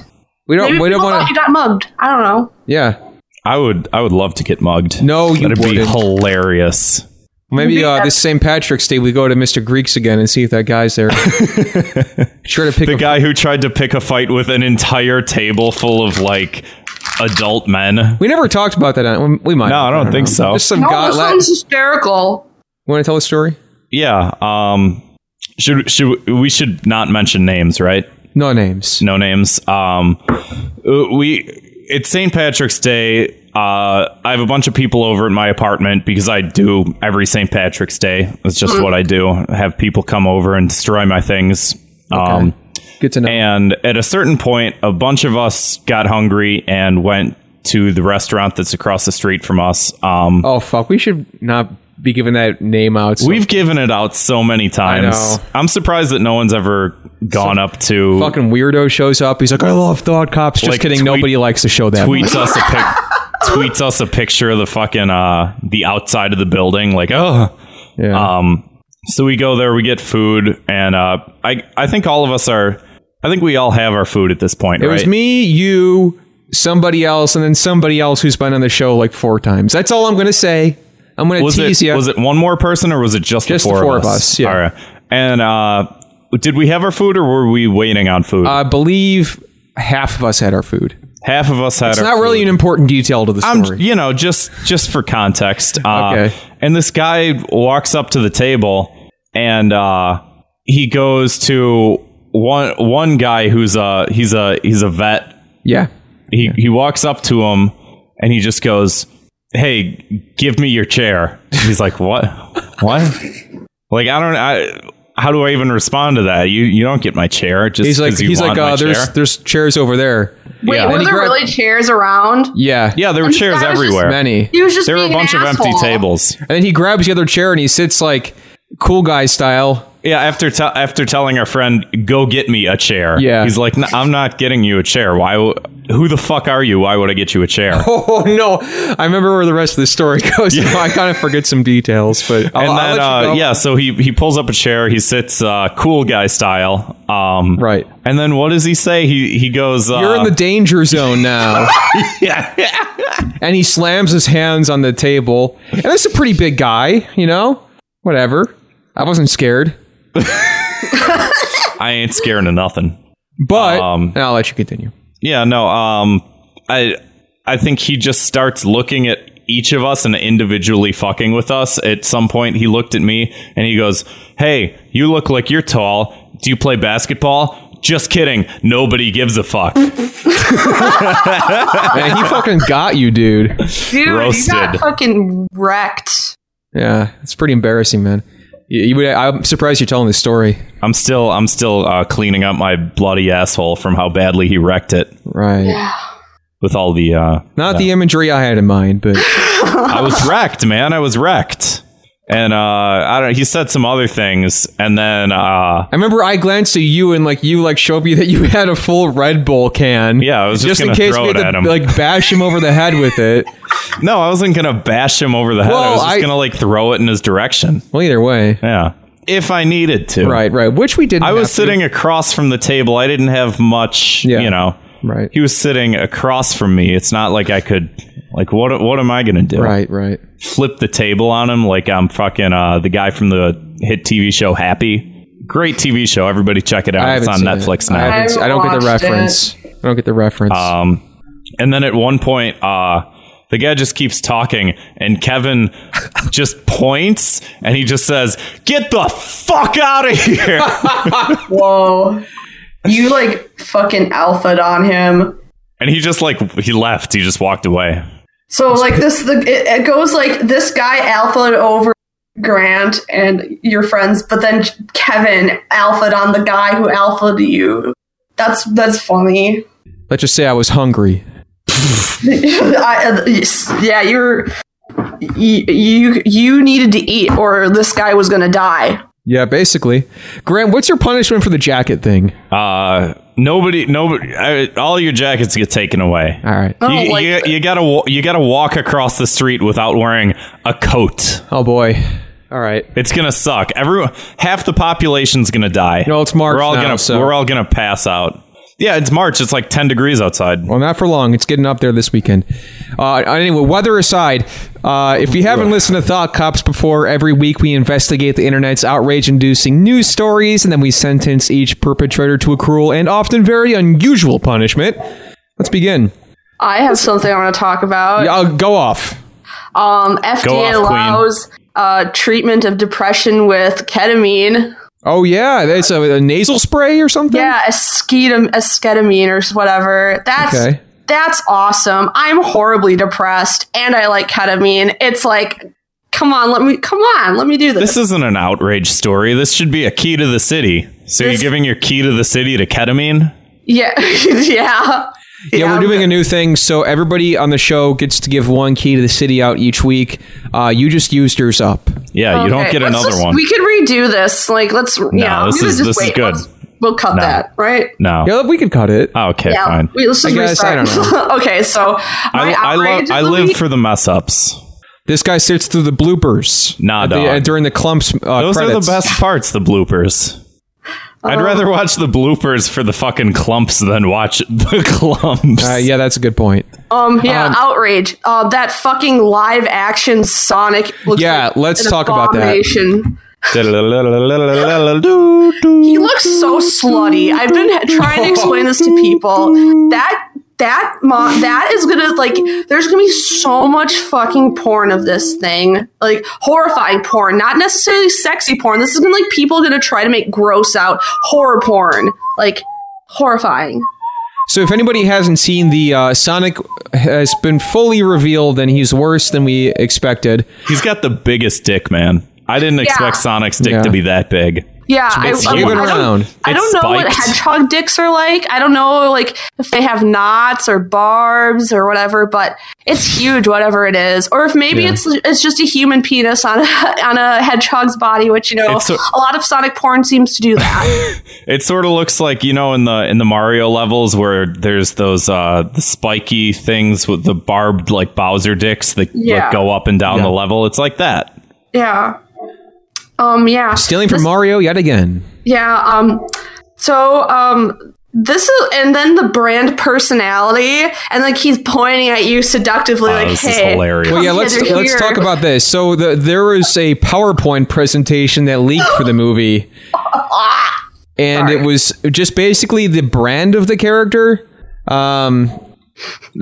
[SPEAKER 1] We don't.
[SPEAKER 2] Maybe
[SPEAKER 1] we don't
[SPEAKER 2] people thought
[SPEAKER 1] want
[SPEAKER 2] you
[SPEAKER 1] to.
[SPEAKER 2] got mugged. I don't know.
[SPEAKER 1] Yeah.
[SPEAKER 7] I would. I would love to get mugged.
[SPEAKER 1] No, you
[SPEAKER 7] That'd be
[SPEAKER 1] wouldn't.
[SPEAKER 7] hilarious.
[SPEAKER 1] Maybe uh, this St. Patrick's Day, we go to Mr. Greeks again and see if that guy's there. sure to pick
[SPEAKER 7] The
[SPEAKER 1] up
[SPEAKER 7] guy who tried to pick a fight with an entire table full of like adult men.
[SPEAKER 1] We never talked about that. On, we might.
[SPEAKER 7] No, I don't think so.
[SPEAKER 1] Just some
[SPEAKER 2] No,
[SPEAKER 1] god.
[SPEAKER 2] this
[SPEAKER 1] La-
[SPEAKER 2] sounds hysterical.
[SPEAKER 1] want to tell a story?
[SPEAKER 7] Yeah. Um. Should should we should not mention names, right?
[SPEAKER 1] No names.
[SPEAKER 7] no names. Um, we it's St. Patrick's Day. Uh, I have a bunch of people over at my apartment because I do every St. Patrick's Day. It's just what I do. I have people come over and destroy my things. Um,
[SPEAKER 1] Good to know.
[SPEAKER 7] and at a certain point, a bunch of us got hungry and went to the restaurant that's across the street from us. Um,
[SPEAKER 1] oh fuck, we should not be giving that name out. Oh, So
[SPEAKER 7] We've given it out so many times.
[SPEAKER 1] know.
[SPEAKER 7] I'm surprised that no one's ever gone up to
[SPEAKER 1] fucking weirdo shows up. He's like, I love Thought Cops. Just
[SPEAKER 7] Like,
[SPEAKER 1] kidding.
[SPEAKER 7] tweet-
[SPEAKER 1] Nobody likes the show that. much.
[SPEAKER 7] tweets us a pic- tweets us a picture of the fucking uh the outside of the building like oh
[SPEAKER 1] Yeah.
[SPEAKER 7] um so we go there we get food and uh i i think all of us are i think we all have our food at this point
[SPEAKER 1] it
[SPEAKER 7] right
[SPEAKER 1] was me, you, somebody else, and then somebody else who's been on the show like four times. That's all I'm gonna say. I'm gonna
[SPEAKER 7] was
[SPEAKER 1] tease
[SPEAKER 7] it
[SPEAKER 1] you.
[SPEAKER 7] was it one more person or was it just,
[SPEAKER 1] Just
[SPEAKER 7] the four, of us,
[SPEAKER 1] yeah.
[SPEAKER 7] all right and uh did we have our food or were we waiting on food
[SPEAKER 1] I believe half of us had our food.
[SPEAKER 7] half of us had
[SPEAKER 1] It's
[SPEAKER 7] our
[SPEAKER 1] not really
[SPEAKER 7] food.
[SPEAKER 1] an important detail to the
[SPEAKER 7] I'm,
[SPEAKER 1] story.
[SPEAKER 7] you know, just just for context. Uh,
[SPEAKER 1] Okay.
[SPEAKER 7] And this guy walks up to the table, and uh, he goes to one one guy who's a he's a he's a vet.
[SPEAKER 1] yeah.
[SPEAKER 7] He he walks up to him, and he just goes, "Hey, give me your chair." He's like, "What? what? Like I don't I." How do I even respond to that? You you don't get my chair just
[SPEAKER 1] He's like
[SPEAKER 7] 'cause you
[SPEAKER 1] he's
[SPEAKER 7] want
[SPEAKER 1] like
[SPEAKER 7] my
[SPEAKER 1] uh, there's
[SPEAKER 7] chair.
[SPEAKER 1] there's chairs over there.
[SPEAKER 2] Wait,
[SPEAKER 7] Yeah.
[SPEAKER 2] were
[SPEAKER 1] Then he
[SPEAKER 2] there
[SPEAKER 1] grabbed-
[SPEAKER 2] really chairs around?
[SPEAKER 1] Yeah.
[SPEAKER 7] yeah there were
[SPEAKER 2] And this
[SPEAKER 7] chairs
[SPEAKER 2] guy was just
[SPEAKER 7] everywhere.
[SPEAKER 1] Many.
[SPEAKER 2] He was just
[SPEAKER 7] there were a
[SPEAKER 2] being
[SPEAKER 7] bunch
[SPEAKER 2] an
[SPEAKER 7] of empty
[SPEAKER 2] asshole.
[SPEAKER 7] tables.
[SPEAKER 1] And then he grabs the other chair and he sits like cool guy style.
[SPEAKER 7] Yeah, after te- after telling our friend, "Go get me a chair."
[SPEAKER 1] Yeah.
[SPEAKER 7] he's like, "N- "I'm not getting you a chair. Why? W- who the fuck are you? Why would I get you a chair?"
[SPEAKER 1] Oh no! I remember where the rest of the story goes. so I kind of forget some details, but I'll,
[SPEAKER 7] and
[SPEAKER 1] I'll
[SPEAKER 7] then,
[SPEAKER 1] let you
[SPEAKER 7] uh,
[SPEAKER 1] go.
[SPEAKER 7] yeah, so he he pulls up a chair. He sits uh, cool guy style. Um,
[SPEAKER 1] Right.
[SPEAKER 7] And then what does he say? He he goes, uh,
[SPEAKER 1] You're in the danger zone now. and he slams his hands on the table. And that's a pretty big guy, you know? Whatever. I wasn't scared.
[SPEAKER 7] I ain't scared of nothing."
[SPEAKER 1] But
[SPEAKER 7] Um,
[SPEAKER 1] and I'll let you continue.
[SPEAKER 7] Yeah, no. Um, I I think he just starts looking at each of us and individually fucking with us. At some point, he looked at me and he goes, "Hey, you look like you're tall. Do you play basketball?" Just kidding. Nobody gives a fuck.
[SPEAKER 1] Man, he fucking got you, dude.
[SPEAKER 2] Dude, you got
[SPEAKER 7] Roasted.
[SPEAKER 2] fucking wrecked.
[SPEAKER 1] Yeah, it's pretty embarrassing, man. You, you would, I'm surprised you're telling this story.
[SPEAKER 7] I'm still I'm still uh, cleaning up my bloody asshole from how badly he wrecked it
[SPEAKER 1] Right.
[SPEAKER 7] with all the. Uh,
[SPEAKER 1] Not the imagery I had in mind, but
[SPEAKER 7] I was wrecked, man. I was wrecked. And uh, I don't. He said some other things, and then uh,
[SPEAKER 1] I remember I glanced at you and like you like showed me that you had a full Red Bull can.
[SPEAKER 7] Yeah, I was just
[SPEAKER 1] in
[SPEAKER 7] gonna
[SPEAKER 1] case
[SPEAKER 7] throw
[SPEAKER 1] we
[SPEAKER 7] it
[SPEAKER 1] had
[SPEAKER 7] at
[SPEAKER 1] to
[SPEAKER 7] him.
[SPEAKER 1] like bash him over the head with it.
[SPEAKER 7] No, I wasn't gonna bash him over the head. I
[SPEAKER 1] Well,
[SPEAKER 7] was just
[SPEAKER 1] I-
[SPEAKER 7] gonna like throw it in his direction.
[SPEAKER 1] Well, either way,
[SPEAKER 7] Yeah, if I needed to.
[SPEAKER 1] right, right. Which we didn't.
[SPEAKER 7] I
[SPEAKER 1] have
[SPEAKER 7] was
[SPEAKER 1] to.
[SPEAKER 7] sitting across from the table. I didn't have much.
[SPEAKER 1] Yeah.
[SPEAKER 7] You know.
[SPEAKER 1] Right.
[SPEAKER 7] He was sitting across from me. It's not like I could. Like what? What am I gonna do?
[SPEAKER 1] Right, right.
[SPEAKER 7] Flip the table on him like I'm fucking uh, the guy from the hit TV show Happy. Great TV show. Everybody check it out.
[SPEAKER 1] I
[SPEAKER 7] it's
[SPEAKER 1] haven't
[SPEAKER 7] on
[SPEAKER 1] seen
[SPEAKER 7] Netflix
[SPEAKER 1] it. I,
[SPEAKER 7] now.
[SPEAKER 1] haven't se- I don't get the
[SPEAKER 2] watched it.
[SPEAKER 1] reference. I don't get the reference.
[SPEAKER 7] Um, and then at one point, uh, the guy just keeps talking, and Kevin just points and he just says, Get the fuck out of here.
[SPEAKER 2] Whoa. You like fucking alphaed on him.
[SPEAKER 7] and he just like, he left. He just walked away.
[SPEAKER 2] So like this the it, it goes like this guy alphaed over Grant and your friends, but then Kevin alphaed on the guy who alphaed you. That's that's funny.
[SPEAKER 1] Let's just say I was hungry.
[SPEAKER 2] I, uh, yes, yeah, you're you, you you needed to eat or this guy was gonna die.
[SPEAKER 1] Yeah, basically. Grant, what's your punishment for the jacket thing?
[SPEAKER 7] Uh, nobody, nobody, I, all your jackets get taken away.
[SPEAKER 1] All right.
[SPEAKER 2] I
[SPEAKER 7] You,
[SPEAKER 2] don't like
[SPEAKER 7] you, you gotta wa- you gotta walk across the street without wearing a coat.
[SPEAKER 1] Oh boy. All right.
[SPEAKER 7] It's gonna suck. Everyone, half the population's gonna die.
[SPEAKER 1] No, it's March
[SPEAKER 7] We're all
[SPEAKER 1] now,
[SPEAKER 7] gonna
[SPEAKER 1] so-
[SPEAKER 7] we're all gonna pass out. Yeah, it's March. It's like ten degrees outside.
[SPEAKER 1] Well, not for long. It's getting up there this weekend. Uh, anyway, weather aside, uh, if you haven't listened to Thought Cops before, every week we investigate the internet's outrage inducing news stories, and then we sentence each perpetrator to a cruel and often very unusual punishment. Let's begin.
[SPEAKER 2] I have something I want to talk about.
[SPEAKER 1] I'll go off.
[SPEAKER 2] Um,
[SPEAKER 7] Go
[SPEAKER 2] FDA
[SPEAKER 7] off, Queen.
[SPEAKER 2] allows uh, treatment of depression with ketamine.
[SPEAKER 1] Oh yeah, that's a, a nasal spray or something.
[SPEAKER 2] Yeah, esketam- esketamine or whatever. That's
[SPEAKER 1] Okay.
[SPEAKER 2] that's awesome. I'm horribly depressed, and I like ketamine. It's like, come on, let me come on, let me do this.
[SPEAKER 7] This isn't an outrage story. This should be a key to the city. So you're
[SPEAKER 2] This-
[SPEAKER 7] giving your key to the city to ketamine?
[SPEAKER 2] yeah, yeah.
[SPEAKER 1] Yeah, we're
[SPEAKER 2] I'm
[SPEAKER 1] doing
[SPEAKER 2] good.
[SPEAKER 1] a new thing, so everybody on the show gets to give one key to the city out each week. Uh, you just used yours up.
[SPEAKER 7] Yeah, you don't
[SPEAKER 2] Okay,
[SPEAKER 7] get
[SPEAKER 2] let's
[SPEAKER 7] another
[SPEAKER 2] just-
[SPEAKER 7] one.
[SPEAKER 2] We could redo this. Like, let's. No, yeah,
[SPEAKER 7] this
[SPEAKER 2] we could
[SPEAKER 7] is-
[SPEAKER 2] just
[SPEAKER 7] this is
[SPEAKER 2] wait.
[SPEAKER 7] good.
[SPEAKER 2] Let's- We'll cut that, right?
[SPEAKER 7] no.
[SPEAKER 1] Yeah, we could cut it.
[SPEAKER 7] Oh, okay,
[SPEAKER 2] Yeah,
[SPEAKER 7] fine.
[SPEAKER 2] we, let's
[SPEAKER 1] I
[SPEAKER 2] just
[SPEAKER 1] guess, I
[SPEAKER 2] restart.
[SPEAKER 1] don't
[SPEAKER 2] okay, so
[SPEAKER 7] I,
[SPEAKER 2] my
[SPEAKER 7] I,
[SPEAKER 2] outrage
[SPEAKER 7] lo-
[SPEAKER 2] of
[SPEAKER 7] I
[SPEAKER 2] the
[SPEAKER 7] live
[SPEAKER 2] week-
[SPEAKER 7] for the mess ups.
[SPEAKER 1] This guy sits through the bloopers.
[SPEAKER 7] Nah,
[SPEAKER 1] at the-
[SPEAKER 7] dog.
[SPEAKER 1] uh, during the clumps. Uh,
[SPEAKER 7] Those are
[SPEAKER 1] credits.
[SPEAKER 7] the best parts, the bloopers. I'd rather watch the bloopers for the fucking clumps than watch the clumps.
[SPEAKER 1] Uh, yeah, that's a good point.
[SPEAKER 2] Um, yeah, outrage. Uh, that fucking live action Sonic. Looks
[SPEAKER 1] Yeah,
[SPEAKER 2] like
[SPEAKER 1] let's
[SPEAKER 2] an
[SPEAKER 1] talk about that.
[SPEAKER 2] abomination. He
[SPEAKER 7] he
[SPEAKER 2] looks so slutty. I've been ha- trying to explain this to people. That that mo- that is gonna like. There's gonna be so much fucking porn of this thing, like horrifying porn, not necessarily sexy porn. This is gonna like people gonna try to make gross out horror porn, like horrifying.
[SPEAKER 1] So, if anybody hasn't seen the uh, Sonic has been fully revealed, and he's worse than we expected.
[SPEAKER 7] He's got the biggest dick, man. I didn't expect Sonic's dick
[SPEAKER 1] Yeah.
[SPEAKER 7] to be that big.
[SPEAKER 2] Yeah, I,
[SPEAKER 7] makes
[SPEAKER 2] I- I
[SPEAKER 7] you even
[SPEAKER 2] don't-
[SPEAKER 1] round.
[SPEAKER 2] I don't
[SPEAKER 7] It's
[SPEAKER 2] know what
[SPEAKER 7] spiked.
[SPEAKER 2] hedgehog dicks are like. I don't know like if they have knots or barbs or whatever, but it's huge, whatever it is. Or if maybe it's it's just a human penis on a on a hedgehog's body, which you know
[SPEAKER 7] It's a-
[SPEAKER 2] a lot of Sonic porn seems to do that.
[SPEAKER 7] It sort of looks like you know in the in the Mario levels where there's those uh the spiky things with the barbed like Bowser dicks that
[SPEAKER 2] Yeah.
[SPEAKER 7] like, go up and down the level. It's like that.
[SPEAKER 2] yeah. Um. Yeah.
[SPEAKER 1] Stealing from Mario yet again.
[SPEAKER 2] Yeah. Um. So. Um. This is, and then the brand personality, and like he's pointing at you seductively,
[SPEAKER 7] Oh,
[SPEAKER 2] like,
[SPEAKER 7] this is
[SPEAKER 2] "Hey,
[SPEAKER 7] hilarious.
[SPEAKER 1] Well,
[SPEAKER 2] come
[SPEAKER 1] yeah, let's
[SPEAKER 2] hither
[SPEAKER 1] let's
[SPEAKER 2] here."
[SPEAKER 1] talk about this. So, the, there was a PowerPoint presentation that leaked for the movie, and it was just basically the brand of the character. Um,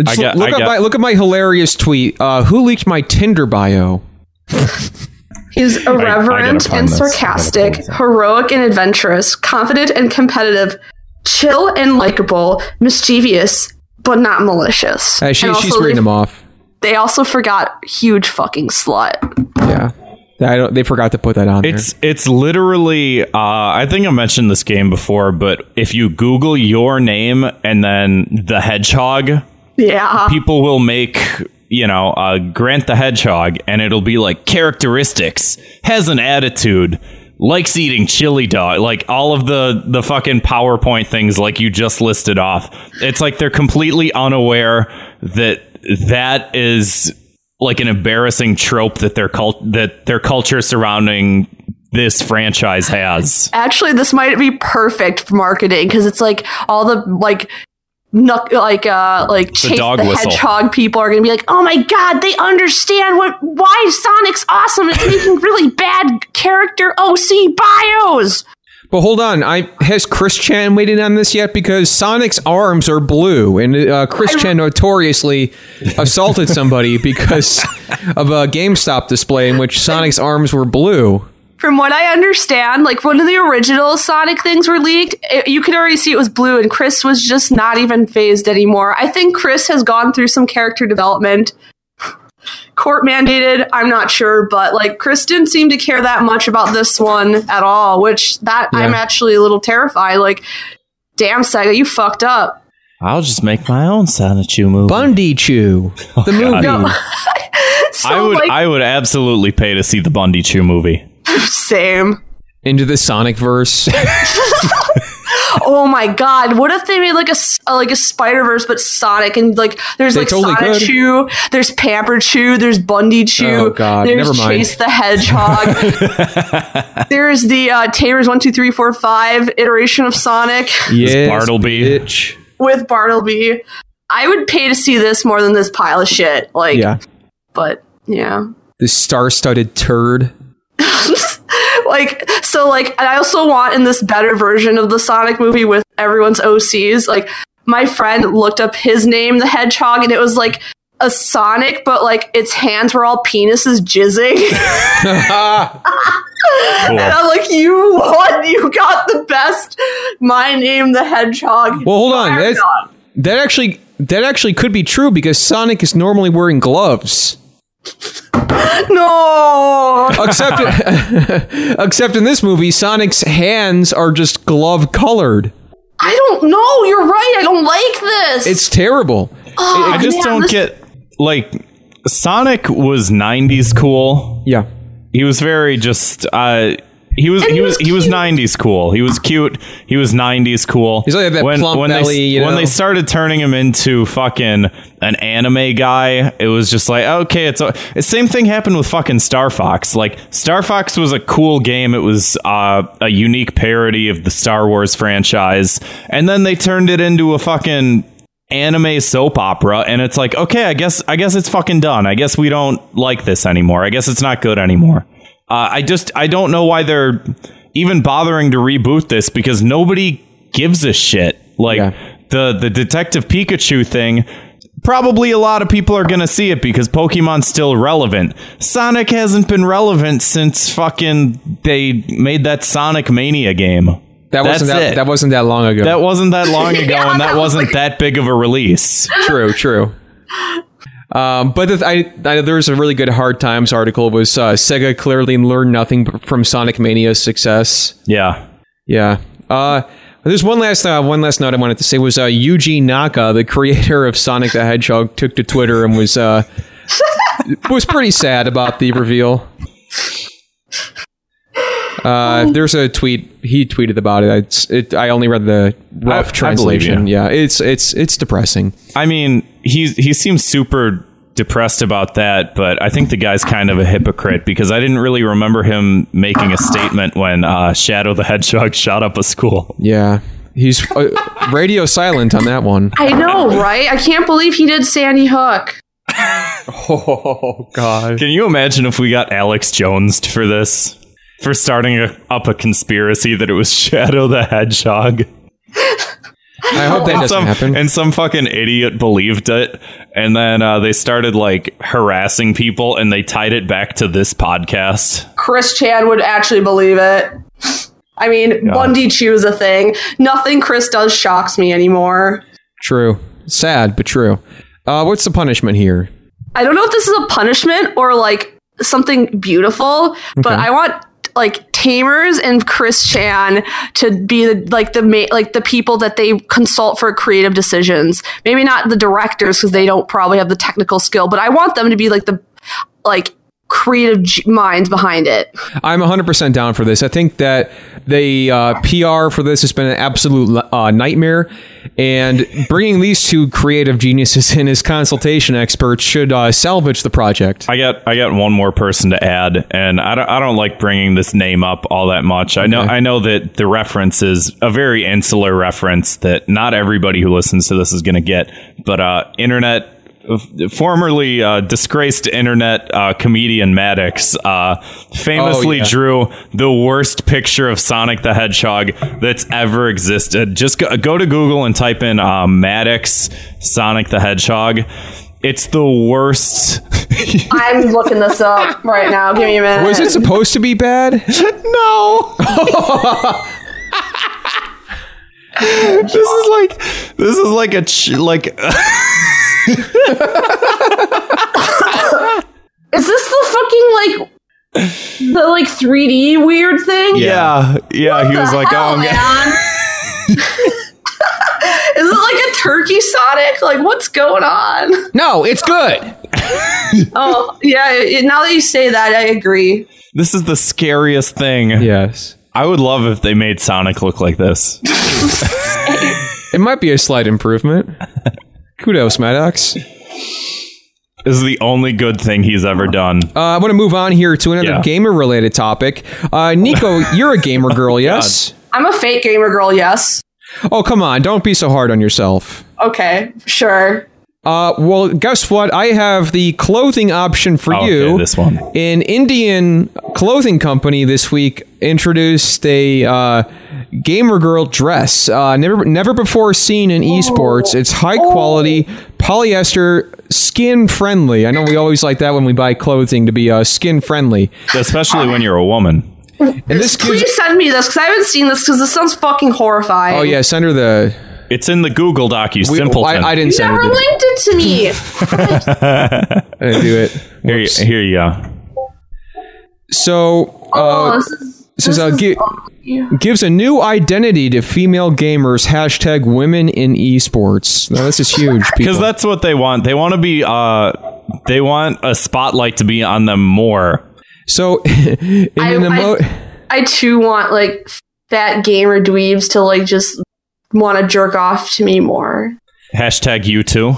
[SPEAKER 1] just
[SPEAKER 7] get-
[SPEAKER 1] look
[SPEAKER 7] I
[SPEAKER 1] at
[SPEAKER 7] get-
[SPEAKER 1] my look at my hilarious tweet. Uh, who leaked my Tinder bio?
[SPEAKER 2] He's irreverent
[SPEAKER 7] find
[SPEAKER 2] and
[SPEAKER 7] this. I gotta
[SPEAKER 2] sarcastic, heroic and adventurous, confident and competitive, chill and likable, mischievous but not malicious.
[SPEAKER 1] Uh, she,
[SPEAKER 2] And
[SPEAKER 1] she's
[SPEAKER 2] also
[SPEAKER 1] reading
[SPEAKER 2] they,
[SPEAKER 1] them off.
[SPEAKER 2] They also forgot huge fucking slut.
[SPEAKER 1] Yeah, I don't. They forgot to put that on.
[SPEAKER 7] It's it's literally uh I think I mentioned this game before, but if you Google your name and then the hedgehog,
[SPEAKER 2] Yeah.
[SPEAKER 7] people will make you know uh, grant the hedgehog and it'll be like characteristics has an attitude likes eating chili dog like all of the the fucking powerpoint things like you just listed off it's like they're completely unaware that that is like an embarrassing trope that their cult that their culture surrounding this franchise has
[SPEAKER 2] Actually, this might be perfect for marketing because it's like all the like. Nuck, like uh like chase
[SPEAKER 7] dog
[SPEAKER 2] the
[SPEAKER 7] whistle.
[SPEAKER 2] hedgehog people are gonna be like oh my god they understand what why sonic's awesome it's making really bad character oc bios
[SPEAKER 1] But hold on, I has Chris Chan waited on this yet? Because Sonic's arms are blue, and uh, Chris Chan notoriously assaulted somebody because of a GameStop display in which Sonic's arms were blue.
[SPEAKER 2] from what I understand, like when the original Sonic things were leaked, it, you could already see it was blue, and Chris was just not even phased anymore. I think Chris has gone through some character development, court mandated. I'm not sure, but like Chris didn't seem to care that much about this one at all, which that I'm
[SPEAKER 1] Yeah.
[SPEAKER 2] actually a little terrified. Like, damn, Sega, you fucked up.
[SPEAKER 7] i'll just make my own sonichu movie
[SPEAKER 1] Bundy Chew, the movie.
[SPEAKER 2] So,
[SPEAKER 7] i would
[SPEAKER 2] like,
[SPEAKER 7] i would absolutely pay to see the bundy chew movie
[SPEAKER 2] same.
[SPEAKER 1] Into the Sonic verse.
[SPEAKER 2] Oh my god! What if they made like a, s- uh, like a Spider Verse but Sonic and like there's
[SPEAKER 1] They
[SPEAKER 2] like
[SPEAKER 1] totally
[SPEAKER 2] Sonic
[SPEAKER 1] could.
[SPEAKER 2] Chew, there's Pamper Chew, there's Bundy Chew,
[SPEAKER 1] Oh, God,
[SPEAKER 2] there's
[SPEAKER 1] never mind.
[SPEAKER 2] Chase the Hedgehog, there's the uh, Tamers one two three four five iteration of Sonic
[SPEAKER 1] yes,
[SPEAKER 7] Bartleby.
[SPEAKER 1] bitch.
[SPEAKER 2] with Bartleby. I would pay to see this more than this pile of shit. Like,
[SPEAKER 1] Yeah,
[SPEAKER 2] but yeah.
[SPEAKER 1] the star-studded turd.
[SPEAKER 2] like so like and i also want in this better version of the sonic movie with everyone's ocs like my friend looked up his name the hedgehog and it was like a sonic but like its hands were all penises jizzing
[SPEAKER 7] Cool.
[SPEAKER 2] And I'm like, you won. You got the best. My name, the Hedgehog.
[SPEAKER 1] Well, hold on.
[SPEAKER 2] Fire
[SPEAKER 1] That's,
[SPEAKER 2] dog.
[SPEAKER 1] that actually that actually could be true because Sonic is normally wearing gloves.
[SPEAKER 2] no.
[SPEAKER 1] Except except in this movie, Sonic's hands are just glove colored.
[SPEAKER 2] I don't know. You're right. I don't like this. Oh,
[SPEAKER 1] It's terrible.
[SPEAKER 7] I just
[SPEAKER 2] man,
[SPEAKER 7] don't
[SPEAKER 2] this-
[SPEAKER 7] get like Sonic was '90s cool.
[SPEAKER 1] Yeah.
[SPEAKER 7] He was very just. uh he was
[SPEAKER 2] And
[SPEAKER 7] he
[SPEAKER 2] he
[SPEAKER 7] was
[SPEAKER 2] was
[SPEAKER 7] he was
[SPEAKER 2] cute.
[SPEAKER 7] 90s cool. He was cute. He was 90s cool.
[SPEAKER 1] He's like that plump
[SPEAKER 7] when
[SPEAKER 1] belly,
[SPEAKER 7] They,
[SPEAKER 1] you
[SPEAKER 7] when
[SPEAKER 1] know?
[SPEAKER 7] they started turning him into fucking an anime guy, it was just like okay, it's a, the same thing happened with fucking Star Fox. Like Star Fox was a cool game. It was uh, a unique parody of the Star Wars franchise, and then they turned it into a fucking anime soap opera and it's like okay i guess i guess it's fucking done i guess we don't like this anymore i guess it's not good anymore uh, i just i don't know why they're even bothering to reboot this because nobody gives a shit like
[SPEAKER 1] Yeah.
[SPEAKER 7] the the detective pikachu thing probably a lot of people are gonna see it because pokemon's still relevant sonic hasn't been relevant since fucking they made that sonic mania game
[SPEAKER 1] That wasn't
[SPEAKER 7] That's
[SPEAKER 1] that,
[SPEAKER 7] it.
[SPEAKER 1] that wasn't that long ago.
[SPEAKER 7] that wasn't that long ago
[SPEAKER 2] Yeah,
[SPEAKER 7] and
[SPEAKER 2] that
[SPEAKER 7] that,
[SPEAKER 2] was
[SPEAKER 7] wasn't
[SPEAKER 2] like-
[SPEAKER 7] that big of a release
[SPEAKER 1] true, true. Um, but the, I, I, there was a really good Hard Times article. Was uh, Sega clearly learned nothing from Sonic Mania's success?
[SPEAKER 7] Yeah.
[SPEAKER 1] Yeah. Uh, there's one last uh, one last note I wanted to say was uh, Yuji Naka, the creator of Sonic the Hedgehog, took to Twitter and was uh, was pretty sad about the reveal. Uh, there's a tweet he tweeted about it. It's, it I only read the rough
[SPEAKER 7] I- I believe you.
[SPEAKER 1] translation. yeah, it's it's it's depressing.
[SPEAKER 7] I mean, he he seems super depressed about that, but I think the guy's kind of a hypocrite because I didn't really remember him making a statement when uh, Shadow the Hedgehog shot up a school.
[SPEAKER 1] Yeah, he's uh, radio silent on that one.
[SPEAKER 2] I know, right? I can't believe he did Sandy Hook.
[SPEAKER 1] Oh God.
[SPEAKER 7] Can you imagine if we got Alex Jones for this? For starting a, up a conspiracy that it was Shadow the Hedgehog.
[SPEAKER 1] I hope that doesn't
[SPEAKER 7] some,
[SPEAKER 1] happen.
[SPEAKER 7] And some fucking idiot believed it. And then uh, they started like harassing people and they tied it back to this podcast.
[SPEAKER 2] Chris Chan would actually believe it. I mean, Bundy Chew's a thing. Nothing Chris does shocks me anymore.
[SPEAKER 1] True. Sad, but true. Uh, what's the punishment here?
[SPEAKER 2] I don't know if this is a punishment or like something beautiful, but I want like Tamers and Chris Chan to be the, like the ma- like the people that they consult for creative decisions. Maybe not the directors because they don't probably have the technical skill, but I want them to be like the like creative g- minds behind it.
[SPEAKER 1] I'm 100% down for this. I think that the uh, PR for this has been an absolute uh, nightmare. And bringing these two creative geniuses in as consultation experts should uh, salvage the project.
[SPEAKER 7] I got I got one more person to add, and I don't I don't like bringing this name up all that much. I know I know that the reference is a very insular reference that not everybody who listens to this is going to get, but uh, internet f- formerly uh, disgraced internet uh, comedian Maddox uh, famously
[SPEAKER 1] Oh, yeah.
[SPEAKER 7] drew the worst picture of Sonic the Hedgehog that's ever existed. Just go, go to Google and type in uh, Maddox Sonic the Hedgehog. It's the worst.
[SPEAKER 2] I'm looking this up right now. Give me a minute.
[SPEAKER 1] Was it supposed to be bad?
[SPEAKER 7] No. this is like this is like a ch- like
[SPEAKER 2] Is this the fucking like the like 3D weird thing?
[SPEAKER 7] yeah yeah. He
[SPEAKER 2] What
[SPEAKER 7] was
[SPEAKER 2] the
[SPEAKER 7] like
[SPEAKER 2] hell,
[SPEAKER 7] oh I'm gonna-
[SPEAKER 2] man? Is it like a turkey Sonic? Like, what's going on?
[SPEAKER 1] No, it's good.
[SPEAKER 2] Oh, yeah. it- now that you say that, I agree.
[SPEAKER 7] this is the scariest thing.
[SPEAKER 1] Yes.
[SPEAKER 7] I would love if they made Sonic look like this.
[SPEAKER 1] It might be a slight improvement. Kudos, Maddox.
[SPEAKER 7] this is the only good thing he's ever done.
[SPEAKER 1] Uh, I want to move on here to another
[SPEAKER 7] Yeah.
[SPEAKER 1] gamer related topic. Uh, Nico, you're a gamer
[SPEAKER 7] Oh
[SPEAKER 1] girl, yes?
[SPEAKER 2] I'm a fake gamer girl, yes.
[SPEAKER 1] Oh, come on. Don't be so hard on yourself.
[SPEAKER 2] Okay, sure.
[SPEAKER 1] Uh, well, guess what? I have the clothing option for
[SPEAKER 7] Oh,
[SPEAKER 1] you.
[SPEAKER 7] okay, this one.
[SPEAKER 1] An Indian clothing company this week introduced a uh, gamer girl dress. Uh, never, never before seen in esports. It's high quality polyester, skin friendly. I know we always like that when we buy clothing to be uh, skin friendly.
[SPEAKER 7] Especially when you're a woman.
[SPEAKER 1] And this gives.
[SPEAKER 2] Please send me this because I haven't seen this because this sounds fucking horrifying.
[SPEAKER 1] Oh yeah, send her the.
[SPEAKER 7] It's in the Google doc, you
[SPEAKER 1] We,
[SPEAKER 7] simpleton.
[SPEAKER 1] I, I didn't
[SPEAKER 8] You
[SPEAKER 1] send her.
[SPEAKER 8] never
[SPEAKER 1] The,
[SPEAKER 8] linked it to me.
[SPEAKER 1] I didn't do it.
[SPEAKER 7] here, you,
[SPEAKER 1] Whoops.
[SPEAKER 7] here you go.
[SPEAKER 1] So
[SPEAKER 2] Oh,
[SPEAKER 1] uh,
[SPEAKER 2] this is,
[SPEAKER 1] says uh, gi- gives a new identity to female gamers. Hashtag women in esports. Now this is huge
[SPEAKER 7] Because
[SPEAKER 1] because
[SPEAKER 7] that's what they want. They want to be. Uh, they want a spotlight to be on them more.
[SPEAKER 1] so in
[SPEAKER 2] I-
[SPEAKER 1] an
[SPEAKER 2] I-
[SPEAKER 1] emo-
[SPEAKER 2] I too want like fat gamer dweebs to like just want to jerk off to me more.
[SPEAKER 7] Hashtag you too.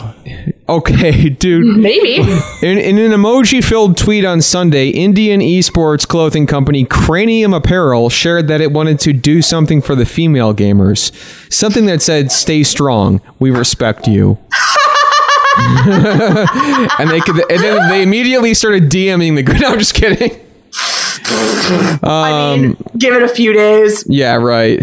[SPEAKER 1] okay, dude.
[SPEAKER 2] Maybe.
[SPEAKER 1] In, in an emoji filled tweet on Sunday, Indian esports clothing company Cranium Apparel shared that it wanted to do something for the female gamers. Something that said, Stay strong, we respect you. and they could, and then they immediately started DMing the good. No, I'm just kidding.
[SPEAKER 2] I mean, give it a few days.
[SPEAKER 1] Yeah, right.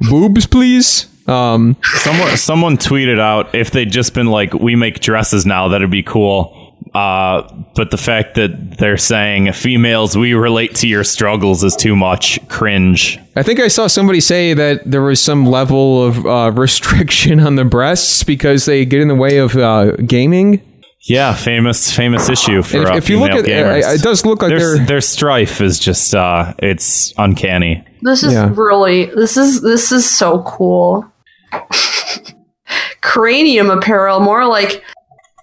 [SPEAKER 1] Boobs, please. Um,
[SPEAKER 7] Someone someone tweeted out if they'd just been like, "We make dresses now. That'd be cool." Uh, but the fact that they're saying females, we relate to your struggles is too much cringe.
[SPEAKER 1] I think I saw somebody say that there was some level of uh, restriction on the breasts because they get in the way of uh, gaming.
[SPEAKER 7] Yeah, famous famous issue for
[SPEAKER 1] And if-
[SPEAKER 7] uh,
[SPEAKER 1] if you look
[SPEAKER 7] female
[SPEAKER 1] at-
[SPEAKER 7] gamers.
[SPEAKER 1] it- it does look like
[SPEAKER 7] their
[SPEAKER 1] they're-
[SPEAKER 7] their strife is just uh, it's uncanny.
[SPEAKER 2] This is
[SPEAKER 1] Yeah.
[SPEAKER 2] really this is this is so cool. Cranium apparel, more like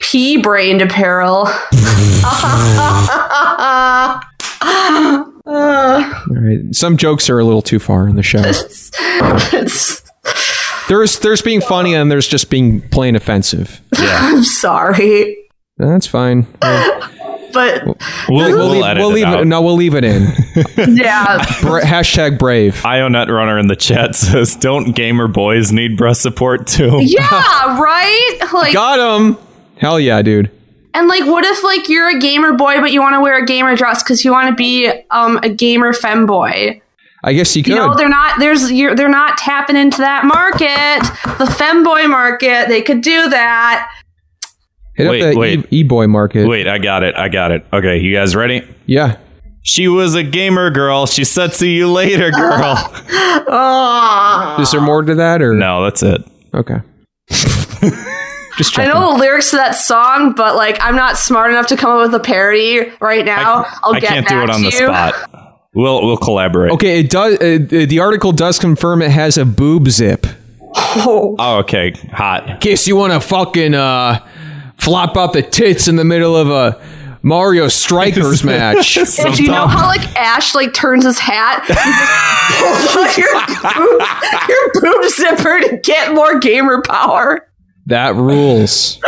[SPEAKER 2] pea brained apparel.
[SPEAKER 1] All right. Some jokes are a little too far in the show.
[SPEAKER 2] It's-
[SPEAKER 1] There's there's being funny and there's just being plain offensive.
[SPEAKER 2] I'm sorry.
[SPEAKER 1] That's fine. We'll,
[SPEAKER 2] But
[SPEAKER 7] We'll, we'll,
[SPEAKER 1] leave,
[SPEAKER 7] edit
[SPEAKER 1] we'll
[SPEAKER 7] it
[SPEAKER 1] leave
[SPEAKER 7] out.
[SPEAKER 1] it. No, we'll leave it in.
[SPEAKER 2] yeah.
[SPEAKER 1] Bra- hashtag brave.
[SPEAKER 7] IONet runner in the chat says, "Don't gamer boys need breast support too?"
[SPEAKER 2] Yeah, right? Like
[SPEAKER 1] Got him. Hell yeah, dude.
[SPEAKER 2] And like, what if like you're a gamer boy, but you want to wear a gamer dress because you want to be um, a gamer femboy?
[SPEAKER 1] I guess you could.
[SPEAKER 2] You know, they're not there's you're, they're not tapping into that market, the femboy market. They could do that.
[SPEAKER 1] Hit
[SPEAKER 7] Wait,
[SPEAKER 1] up
[SPEAKER 7] wait.
[SPEAKER 1] the e boy market.
[SPEAKER 7] Wait, I got it. I got it. Okay, you guys ready?
[SPEAKER 1] Yeah.
[SPEAKER 7] She was a gamer girl. She said, "See you later, girl."
[SPEAKER 2] Oh,
[SPEAKER 1] Is there more to that or
[SPEAKER 7] no, that's it.
[SPEAKER 1] Okay. just
[SPEAKER 2] I
[SPEAKER 1] checking.
[SPEAKER 2] know the lyrics to that song, but like, I'm not smart enough to come up with a parody right now. I, will
[SPEAKER 7] I
[SPEAKER 2] get
[SPEAKER 7] can't
[SPEAKER 2] back
[SPEAKER 7] do it on
[SPEAKER 2] to
[SPEAKER 7] the
[SPEAKER 2] you.
[SPEAKER 7] spot. We'll we'll collaborate.
[SPEAKER 1] Okay, it does. Uh, uh, the article does confirm it has a boob zip.
[SPEAKER 2] Oh,
[SPEAKER 7] Oh, okay. Hot.
[SPEAKER 1] In case you want to fucking uh, flop out the tits in the middle of a Mario Strikers match.
[SPEAKER 2] and do you know how like Ash like turns his hat? You just pull out your, boob, your boob zipper to get more gamer power.
[SPEAKER 1] That rules.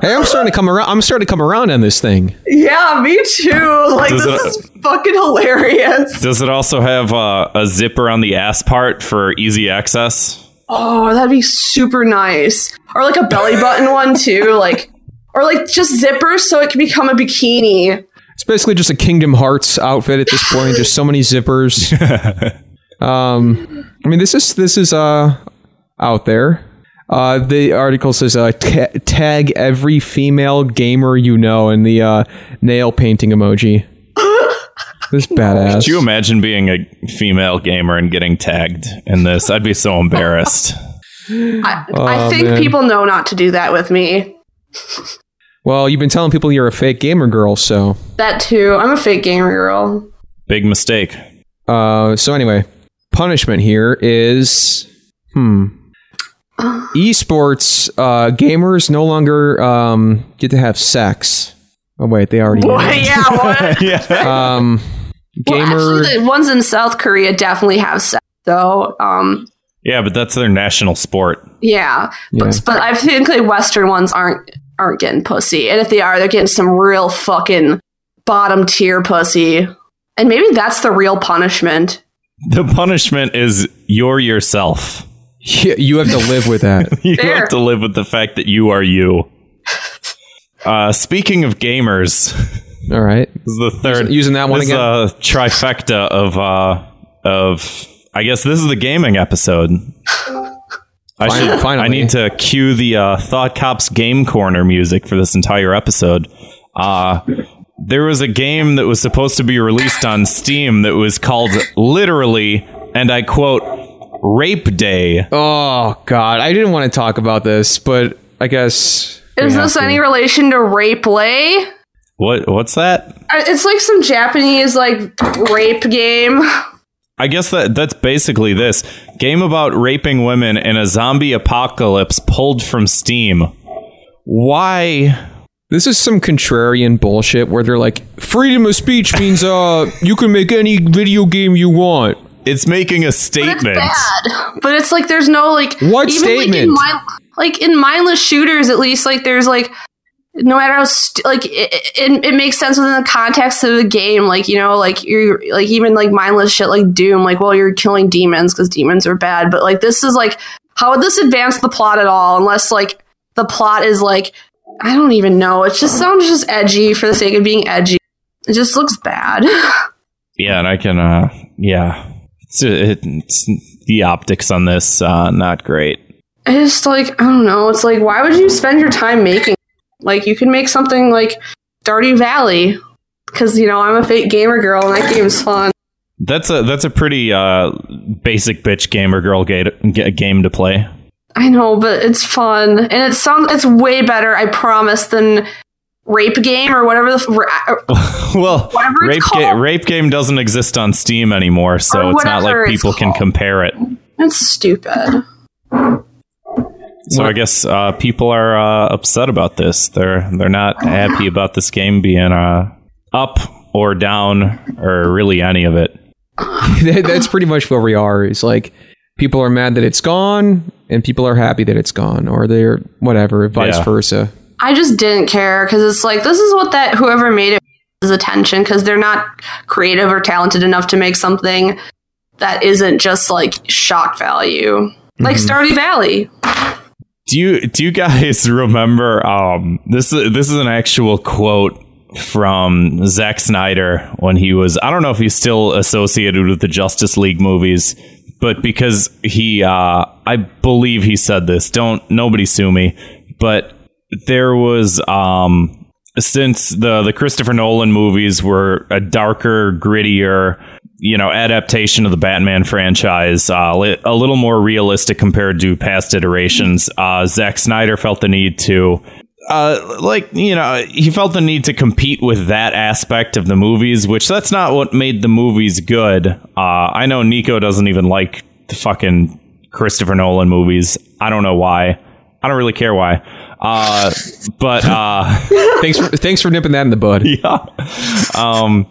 [SPEAKER 1] hey, I'm starting to come around. I'm starting to come around on this thing.
[SPEAKER 2] Yeah, me too. Like
[SPEAKER 7] Does
[SPEAKER 2] this
[SPEAKER 7] it-
[SPEAKER 2] is fucking hilarious.
[SPEAKER 7] Does it also have uh, a zipper on the ass part for easy access?
[SPEAKER 2] Oh, that'd be super nice. Or like a belly button one too, like or like just zippers so it can become a bikini.
[SPEAKER 1] It's basically just a Kingdom Hearts outfit at this point. Just so many zippers. um, I mean, this is this is uh out there. Uh, the article says uh, ta tag every female gamer you know in the uh, nail painting emoji. This is badass.
[SPEAKER 7] Do you imagine being a female gamer and getting tagged in this? I'd be so embarrassed.
[SPEAKER 2] I, I
[SPEAKER 1] Oh,
[SPEAKER 2] think
[SPEAKER 1] man.
[SPEAKER 2] people know not to do that with me.
[SPEAKER 1] well, you've been telling people you're a fake gamer girl, so.
[SPEAKER 2] That too. I'm a fake gamer girl.
[SPEAKER 7] Big mistake.
[SPEAKER 1] Uh, so anyway, punishment here is hmm. Esports uh, gamers no longer um, get to have sex. Oh wait, they already.
[SPEAKER 2] Boy, yeah, what?
[SPEAKER 7] Yeah.
[SPEAKER 1] Um,
[SPEAKER 2] Well,
[SPEAKER 1] gamer.
[SPEAKER 2] actually, the ones in South Korea definitely have sex though. Um,
[SPEAKER 7] Yeah, but that's their national sport.
[SPEAKER 2] yeah, But,
[SPEAKER 1] Yeah.
[SPEAKER 2] but I think like Western ones aren't aren't getting pussy, and if they are, they're getting some real fucking bottom tier pussy. And maybe that's the real punishment.
[SPEAKER 7] The punishment is you're yourself.
[SPEAKER 1] Yeah, you have to live with that.
[SPEAKER 7] You
[SPEAKER 2] Fair.
[SPEAKER 7] have to live with the fact that you are you. Uh, speaking of gamers,
[SPEAKER 1] All right.
[SPEAKER 7] this is the third
[SPEAKER 1] Using- using that one
[SPEAKER 7] this is
[SPEAKER 1] again?
[SPEAKER 7] a trifecta of uh, of I guess this is the gaming episode. I
[SPEAKER 1] Fin-
[SPEAKER 7] should.
[SPEAKER 1] finally.
[SPEAKER 7] I need to cue the uh, Thought Cops Game Corner music for this entire episode. Uh, there was a game that was supposed to be released on Steam that was called literally, and I quote, Rape Day.
[SPEAKER 1] Oh God, I didn't want to talk about this, but I guess we
[SPEAKER 2] Is
[SPEAKER 1] have
[SPEAKER 2] this
[SPEAKER 1] to.
[SPEAKER 2] any relation to rape lay?
[SPEAKER 7] What? What's that?
[SPEAKER 2] I- It's like some Japanese like rape game.
[SPEAKER 7] I guess that that's basically this game about raping women in a zombie apocalypse pulled from Steam. Why?
[SPEAKER 1] This is some contrarian bullshit where they're like, freedom of speech means uh you can make any video game you want.
[SPEAKER 7] It's making a
[SPEAKER 2] It's
[SPEAKER 7] statement.
[SPEAKER 2] bad, but it's like there's no like
[SPEAKER 1] What statement?
[SPEAKER 2] Like in, mind- like in mindless shooters, at least like there's like no matter how st- like it, it, it makes sense within the context of the game. Like you know, like you're like even like mindless shit like Doom. Like well, you're killing demons because demons are bad, but like this is like how would this advance the plot at all? Unless like the plot is like I don't even know. It just sounds just edgy for the sake of being edgy. It just looks bad.
[SPEAKER 7] Yeah, and I can. Uh, yeah, it's, it's the optics on this uh, not great.
[SPEAKER 2] I just like I don't know. It's like why would you spend your time making? Like you can make something like Dirty Valley because you know I'm a fake gamer girl and that game's fun.
[SPEAKER 7] That's a that's a pretty uh, basic bitch gamer girl ga- ga- game to play.
[SPEAKER 2] I know, but it's fun and it sounds it's way better. I promise than rape game or whatever the f- ra-
[SPEAKER 7] well,
[SPEAKER 2] Whatever it's
[SPEAKER 7] rape, ga-
[SPEAKER 2] called.
[SPEAKER 7] rape game doesn't exist on Steam anymore, so
[SPEAKER 2] Or
[SPEAKER 7] it's not
[SPEAKER 2] whatever
[SPEAKER 7] like
[SPEAKER 2] it's
[SPEAKER 7] people can
[SPEAKER 2] called.
[SPEAKER 7] compare it.
[SPEAKER 2] it's stupid.
[SPEAKER 7] So I guess uh, people are uh, upset about this. They're they're not happy about this game being uh, up or down or really any of it.
[SPEAKER 1] That- That's pretty much where we are. Is like people are mad that it's gone and people are happy that it's gone, or they're whatever, vice
[SPEAKER 7] Yeah.
[SPEAKER 1] versa.
[SPEAKER 2] I just didn't care because it's like this is what that whoever made it is attention because they're not creative or talented enough to make something that isn't just like shock value, like Stardew Valley.
[SPEAKER 7] Do you do you guys remember? Um, this is this is an actual quote from Zack Snyder when he was. I don't know if he's still associated with the Justice League movies, but because he, uh, I believe he said this. Don't nobody sue me, but there was um since the the Christopher Nolan movies were a darker, grittier, you know, adaptation of the Batman franchise, uh, li- a little more realistic compared to past iterations. Uh, Zack Snyder felt the need to. Uh, like you know, he felt the need to compete with that aspect of the movies, which that's not what made the movies good. Uh, I know Nico doesn't even like the fucking Christopher Nolan movies. I don't know why. I don't really care why. Uh, but uh,
[SPEAKER 1] Thanks for thanks for nipping that in the bud.
[SPEAKER 7] yeah. Um,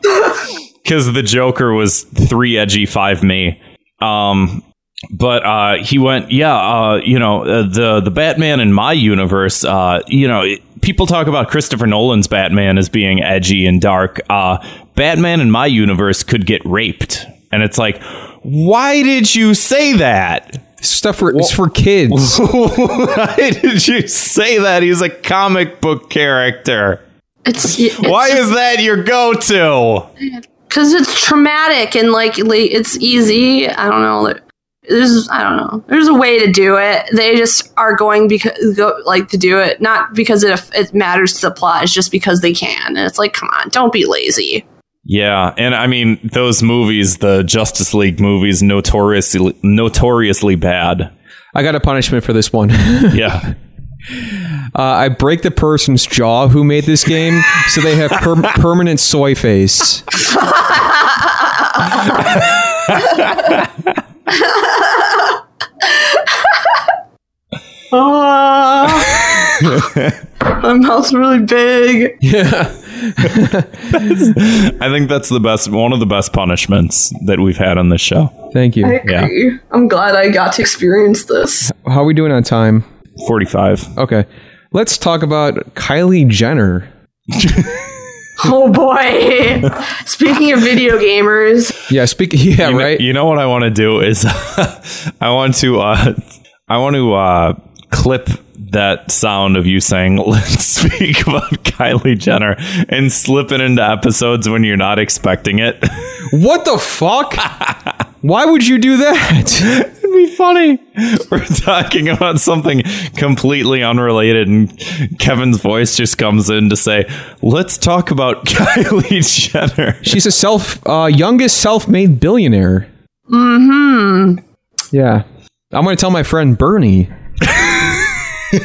[SPEAKER 7] because the Joker was three edgy five me. Um, but uh, he went, yeah, uh, you know, uh, the the Batman in my universe, uh, you know, it, people talk about Christopher Nolan's Batman as being edgy and dark. Uh, Batman in my universe could get raped, and it's like, why did you say that?
[SPEAKER 1] Stuff for it's for kids.
[SPEAKER 7] why did you say that? He's a comic book character.
[SPEAKER 2] It's, e, it's
[SPEAKER 7] Why is that your go-to?
[SPEAKER 2] because it's traumatic and like la- it's easy. I don't know. There- There's I don't know. There's a way to do it. They just are going because go, like to do it, not because it aff- it matters to the plot. It's just because they can. And it's like, come on, don't be lazy.
[SPEAKER 7] Yeah, and I mean those movies, the Justice League movies, notoriously notoriously bad.
[SPEAKER 1] I got a punishment for this one.
[SPEAKER 7] Yeah,
[SPEAKER 1] Uh, I break the person's jaw who made this game, so they have per- permanent soy face.
[SPEAKER 2] My mouth's really big.
[SPEAKER 1] Yeah,
[SPEAKER 7] I think that's the best, one of the best punishments that we've had on this show.
[SPEAKER 1] thank you.
[SPEAKER 7] Yeah.
[SPEAKER 2] I'm glad I got to experience this.
[SPEAKER 1] How are we doing on time?
[SPEAKER 7] Forty-five.
[SPEAKER 1] Okay, let's talk about Kylie Jenner.
[SPEAKER 2] Oh boy! Speaking of video gamers,
[SPEAKER 1] Yeah, speak. Yeah,
[SPEAKER 7] You kn-
[SPEAKER 1] right.
[SPEAKER 7] You know what I want to do is, I want to, uh, I want to uh, clip that sound of you saying "Let's speak about Kylie Jenner" and slip it into episodes when you're not expecting it.
[SPEAKER 1] What the fuck? Why would you do that?
[SPEAKER 7] would be funny. We're talking about something completely unrelated, and Kevin's voice just comes in to say, "Let's talk about Kylie Jenner."
[SPEAKER 1] She's a self uh, youngest self-made billionaire. Mm-hmm. Yeah. I'm gonna tell my friend Bernie.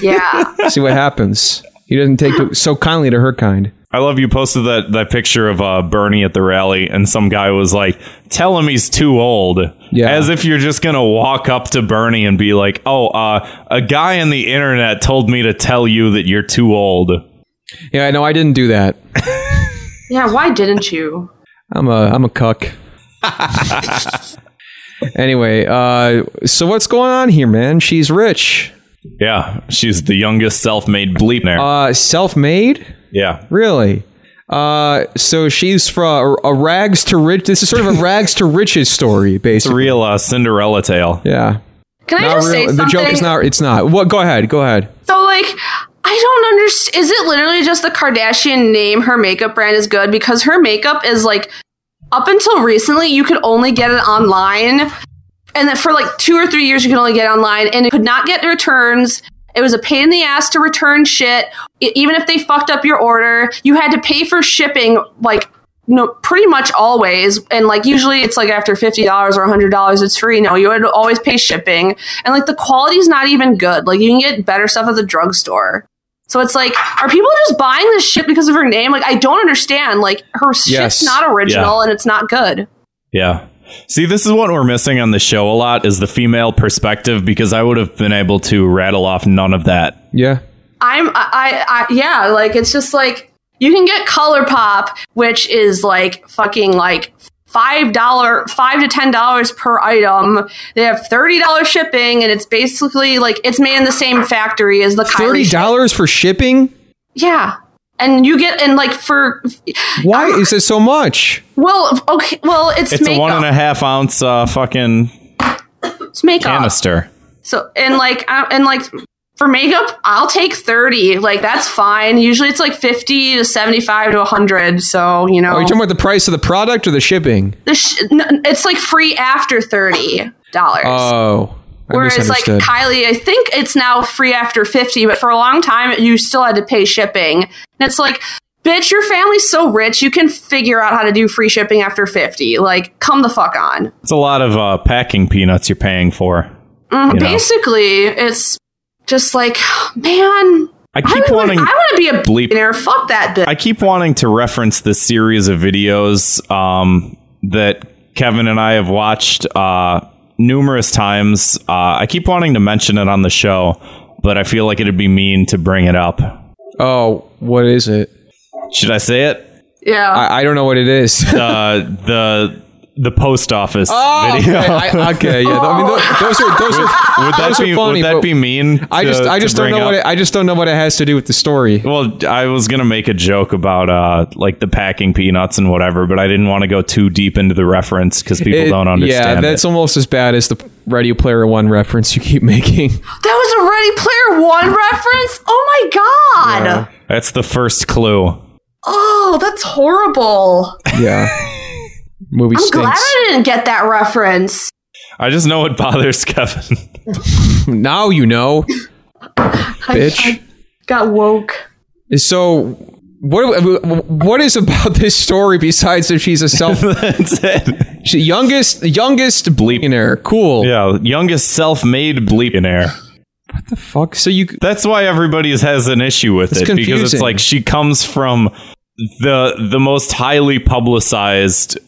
[SPEAKER 2] Yeah.
[SPEAKER 1] See what happens. He doesn't take to, so kindly to her kind.
[SPEAKER 7] I love you posted that that picture of uh, Bernie at the rally, and some guy was like, "Tell him he's too old."
[SPEAKER 1] Yeah.
[SPEAKER 7] As if you're just gonna walk up to Bernie and be like, "Oh, uh, a guy on the internet told me to tell you that you're too old."
[SPEAKER 1] Yeah, I know I didn't do that.
[SPEAKER 2] yeah, why didn't you?
[SPEAKER 1] I'm a I'm a cuck. anyway, uh, so what's going on here, man? She's rich.
[SPEAKER 7] Yeah, she's the youngest self-made bleepner.
[SPEAKER 1] Uh, self-made,
[SPEAKER 7] yeah,
[SPEAKER 1] really. Uh, so she's from a, a rags to rich. This is sort of a rags to riches story,
[SPEAKER 7] it's a
[SPEAKER 1] basically.
[SPEAKER 7] real uh, Cinderella tale.
[SPEAKER 1] Yeah,
[SPEAKER 2] Can I
[SPEAKER 1] not
[SPEAKER 2] just say
[SPEAKER 1] real.
[SPEAKER 2] something?
[SPEAKER 1] The joke is not. It's not. What? Go ahead. Go ahead.
[SPEAKER 2] So like I don't understand. Is it literally just the Kardashian name? Her makeup brand is good because her makeup is like up until recently you could only get it online, and then for like two or three years you could only get it online, and it could not get returns. It was a pain in the ass to return shit. E- even if they fucked up your order, you had to pay for shipping like no, pretty much always. And like usually it's like after fifty dollars or hundred dollars, it's free. No, you would always pay shipping. And like the quality's not even good. Like you can get better stuff at the drugstore. So it's like, are people just buying this shit because of her name? Like I don't understand. Like her
[SPEAKER 1] Yes.
[SPEAKER 2] shit's not original and it's not good.
[SPEAKER 7] Yeah. See, this is what we're missing on the show a lot is the female perspective because I would have been able to rattle off none of that.
[SPEAKER 1] Yeah.
[SPEAKER 2] I'm I, I, I yeah, like it's just like you can get ColourPop, which is like fucking like five dollar five to ten dollars per item. They have thirty dollar shipping, and it's basically like it's made in the same factory as the
[SPEAKER 1] Thirty
[SPEAKER 2] Kylie. shit.
[SPEAKER 1] dollars for shipping?
[SPEAKER 2] yeah. And you get and like for
[SPEAKER 1] Why
[SPEAKER 2] Uh,
[SPEAKER 1] is it so much?
[SPEAKER 2] well okay well it's,
[SPEAKER 7] It's a
[SPEAKER 2] makeup
[SPEAKER 7] one and a half ounce uh,
[SPEAKER 2] Ah.
[SPEAKER 7] fucking
[SPEAKER 2] it's makeup
[SPEAKER 7] canister.
[SPEAKER 2] So and like I, and like for makeup, I'll take thirty. Like that's fine. Usually it's like fifty to seventy five to hundred. So you know,
[SPEAKER 1] Are you Oh, talking about the price of the product or the shipping?
[SPEAKER 2] the sh- n- it's like free after thirty dollars.
[SPEAKER 1] Oh, I
[SPEAKER 2] Whereas like
[SPEAKER 1] misunderstood.
[SPEAKER 2] Kylie, I think it's now free after fifty, but for a long time you still had to pay shipping. And it's like, bitch, your family's so rich, you can figure out how to do free shipping after fifty. Like, come the fuck on.
[SPEAKER 7] It's a lot of uh, packing peanuts you're paying for. you know?
[SPEAKER 2] Basically, it's just like, man,
[SPEAKER 7] I
[SPEAKER 2] I
[SPEAKER 7] keep
[SPEAKER 2] would-
[SPEAKER 7] wanting
[SPEAKER 2] I want to be a
[SPEAKER 7] Bleep.
[SPEAKER 2] billionaire. Fuck that bitch.
[SPEAKER 7] I keep wanting to reference this series of videos um, that Kevin and I have watched uh, numerous times. Uh, I keep wanting to mention it on the show, but I feel like it'd be mean to bring it up.
[SPEAKER 1] oh, what is it?
[SPEAKER 7] Should I say it?
[SPEAKER 2] yeah.
[SPEAKER 1] I, I don't know what it is.
[SPEAKER 7] uh, the the post office
[SPEAKER 1] Oh, okay.
[SPEAKER 7] video.
[SPEAKER 1] I, okay, yeah. I mean, tho- those are those are.
[SPEAKER 7] would that
[SPEAKER 1] those
[SPEAKER 7] be
[SPEAKER 1] are funny,
[SPEAKER 7] would that
[SPEAKER 1] but
[SPEAKER 7] be mean?
[SPEAKER 1] I
[SPEAKER 7] to-
[SPEAKER 1] just I
[SPEAKER 7] to
[SPEAKER 1] just don't
[SPEAKER 7] bring
[SPEAKER 1] know what
[SPEAKER 7] up?
[SPEAKER 1] it, I just don't know what it has to do with the story.
[SPEAKER 7] well, I was gonna make a joke about uh, like the packing peanuts and whatever, but I didn't want to go too deep into the reference because people
[SPEAKER 1] It-
[SPEAKER 7] don't understand.
[SPEAKER 1] Yeah, that's
[SPEAKER 7] it.
[SPEAKER 1] almost as bad as the Ready Player One reference you keep making.
[SPEAKER 2] that was a Ready Player One reference? Oh my god.
[SPEAKER 7] that's the first clue.
[SPEAKER 2] Oh, that's horrible.
[SPEAKER 1] Yeah, movie
[SPEAKER 2] I'm glad
[SPEAKER 1] stinks.
[SPEAKER 2] I didn't get that reference.
[SPEAKER 7] I just know it bothers Kevin.
[SPEAKER 1] Now you know, bitch.
[SPEAKER 2] I got woke.
[SPEAKER 1] So what what is about this story besides that she's a self
[SPEAKER 7] that's it.
[SPEAKER 1] she, youngest youngest billionaire? Cool.
[SPEAKER 7] Yeah, youngest self-made bleepinaire.
[SPEAKER 1] Fuck. So you
[SPEAKER 7] That's why everybody is- has an issue with
[SPEAKER 1] It's
[SPEAKER 7] it because
[SPEAKER 1] confusing.
[SPEAKER 7] it's like she comes from the the most highly publicized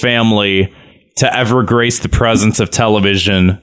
[SPEAKER 7] family to ever grace the presence of television.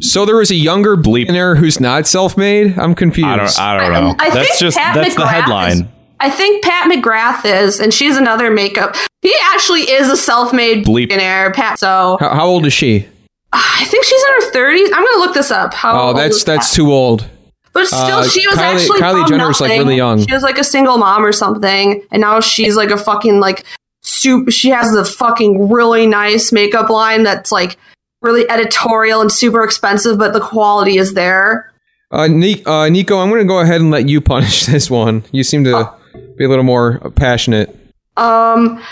[SPEAKER 1] so there was a younger billionaire who's not self-made. I'm confused.
[SPEAKER 7] I don't I don't know.
[SPEAKER 2] I think
[SPEAKER 7] that's just
[SPEAKER 2] Pat
[SPEAKER 7] that's the
[SPEAKER 2] McGrath
[SPEAKER 7] headline.
[SPEAKER 2] is- I think Pat McGrath is, and she's another makeup. He actually is a self-made
[SPEAKER 7] Bleep.
[SPEAKER 2] billionaire, Pat. So
[SPEAKER 1] How, how old is she?
[SPEAKER 2] I think she's in her 30s. I'm gonna look this up. How
[SPEAKER 1] Oh,
[SPEAKER 2] old
[SPEAKER 1] that's
[SPEAKER 2] is Pat?
[SPEAKER 1] that's too old.
[SPEAKER 2] But still,
[SPEAKER 1] Uh,
[SPEAKER 2] she was
[SPEAKER 1] Kylie-
[SPEAKER 2] actually
[SPEAKER 1] Kylie
[SPEAKER 2] from
[SPEAKER 1] Jenner was, like,
[SPEAKER 2] nothing.
[SPEAKER 1] really young.
[SPEAKER 2] She was like a single mom or something, and now she's like a fucking like soup. She has the fucking really nice makeup line that's like really editorial and super expensive, but the quality is there.
[SPEAKER 1] Uh, Ni- uh, Nico, I'm going to go ahead and let you punish this one. You seem to be a little more passionate.
[SPEAKER 2] Um,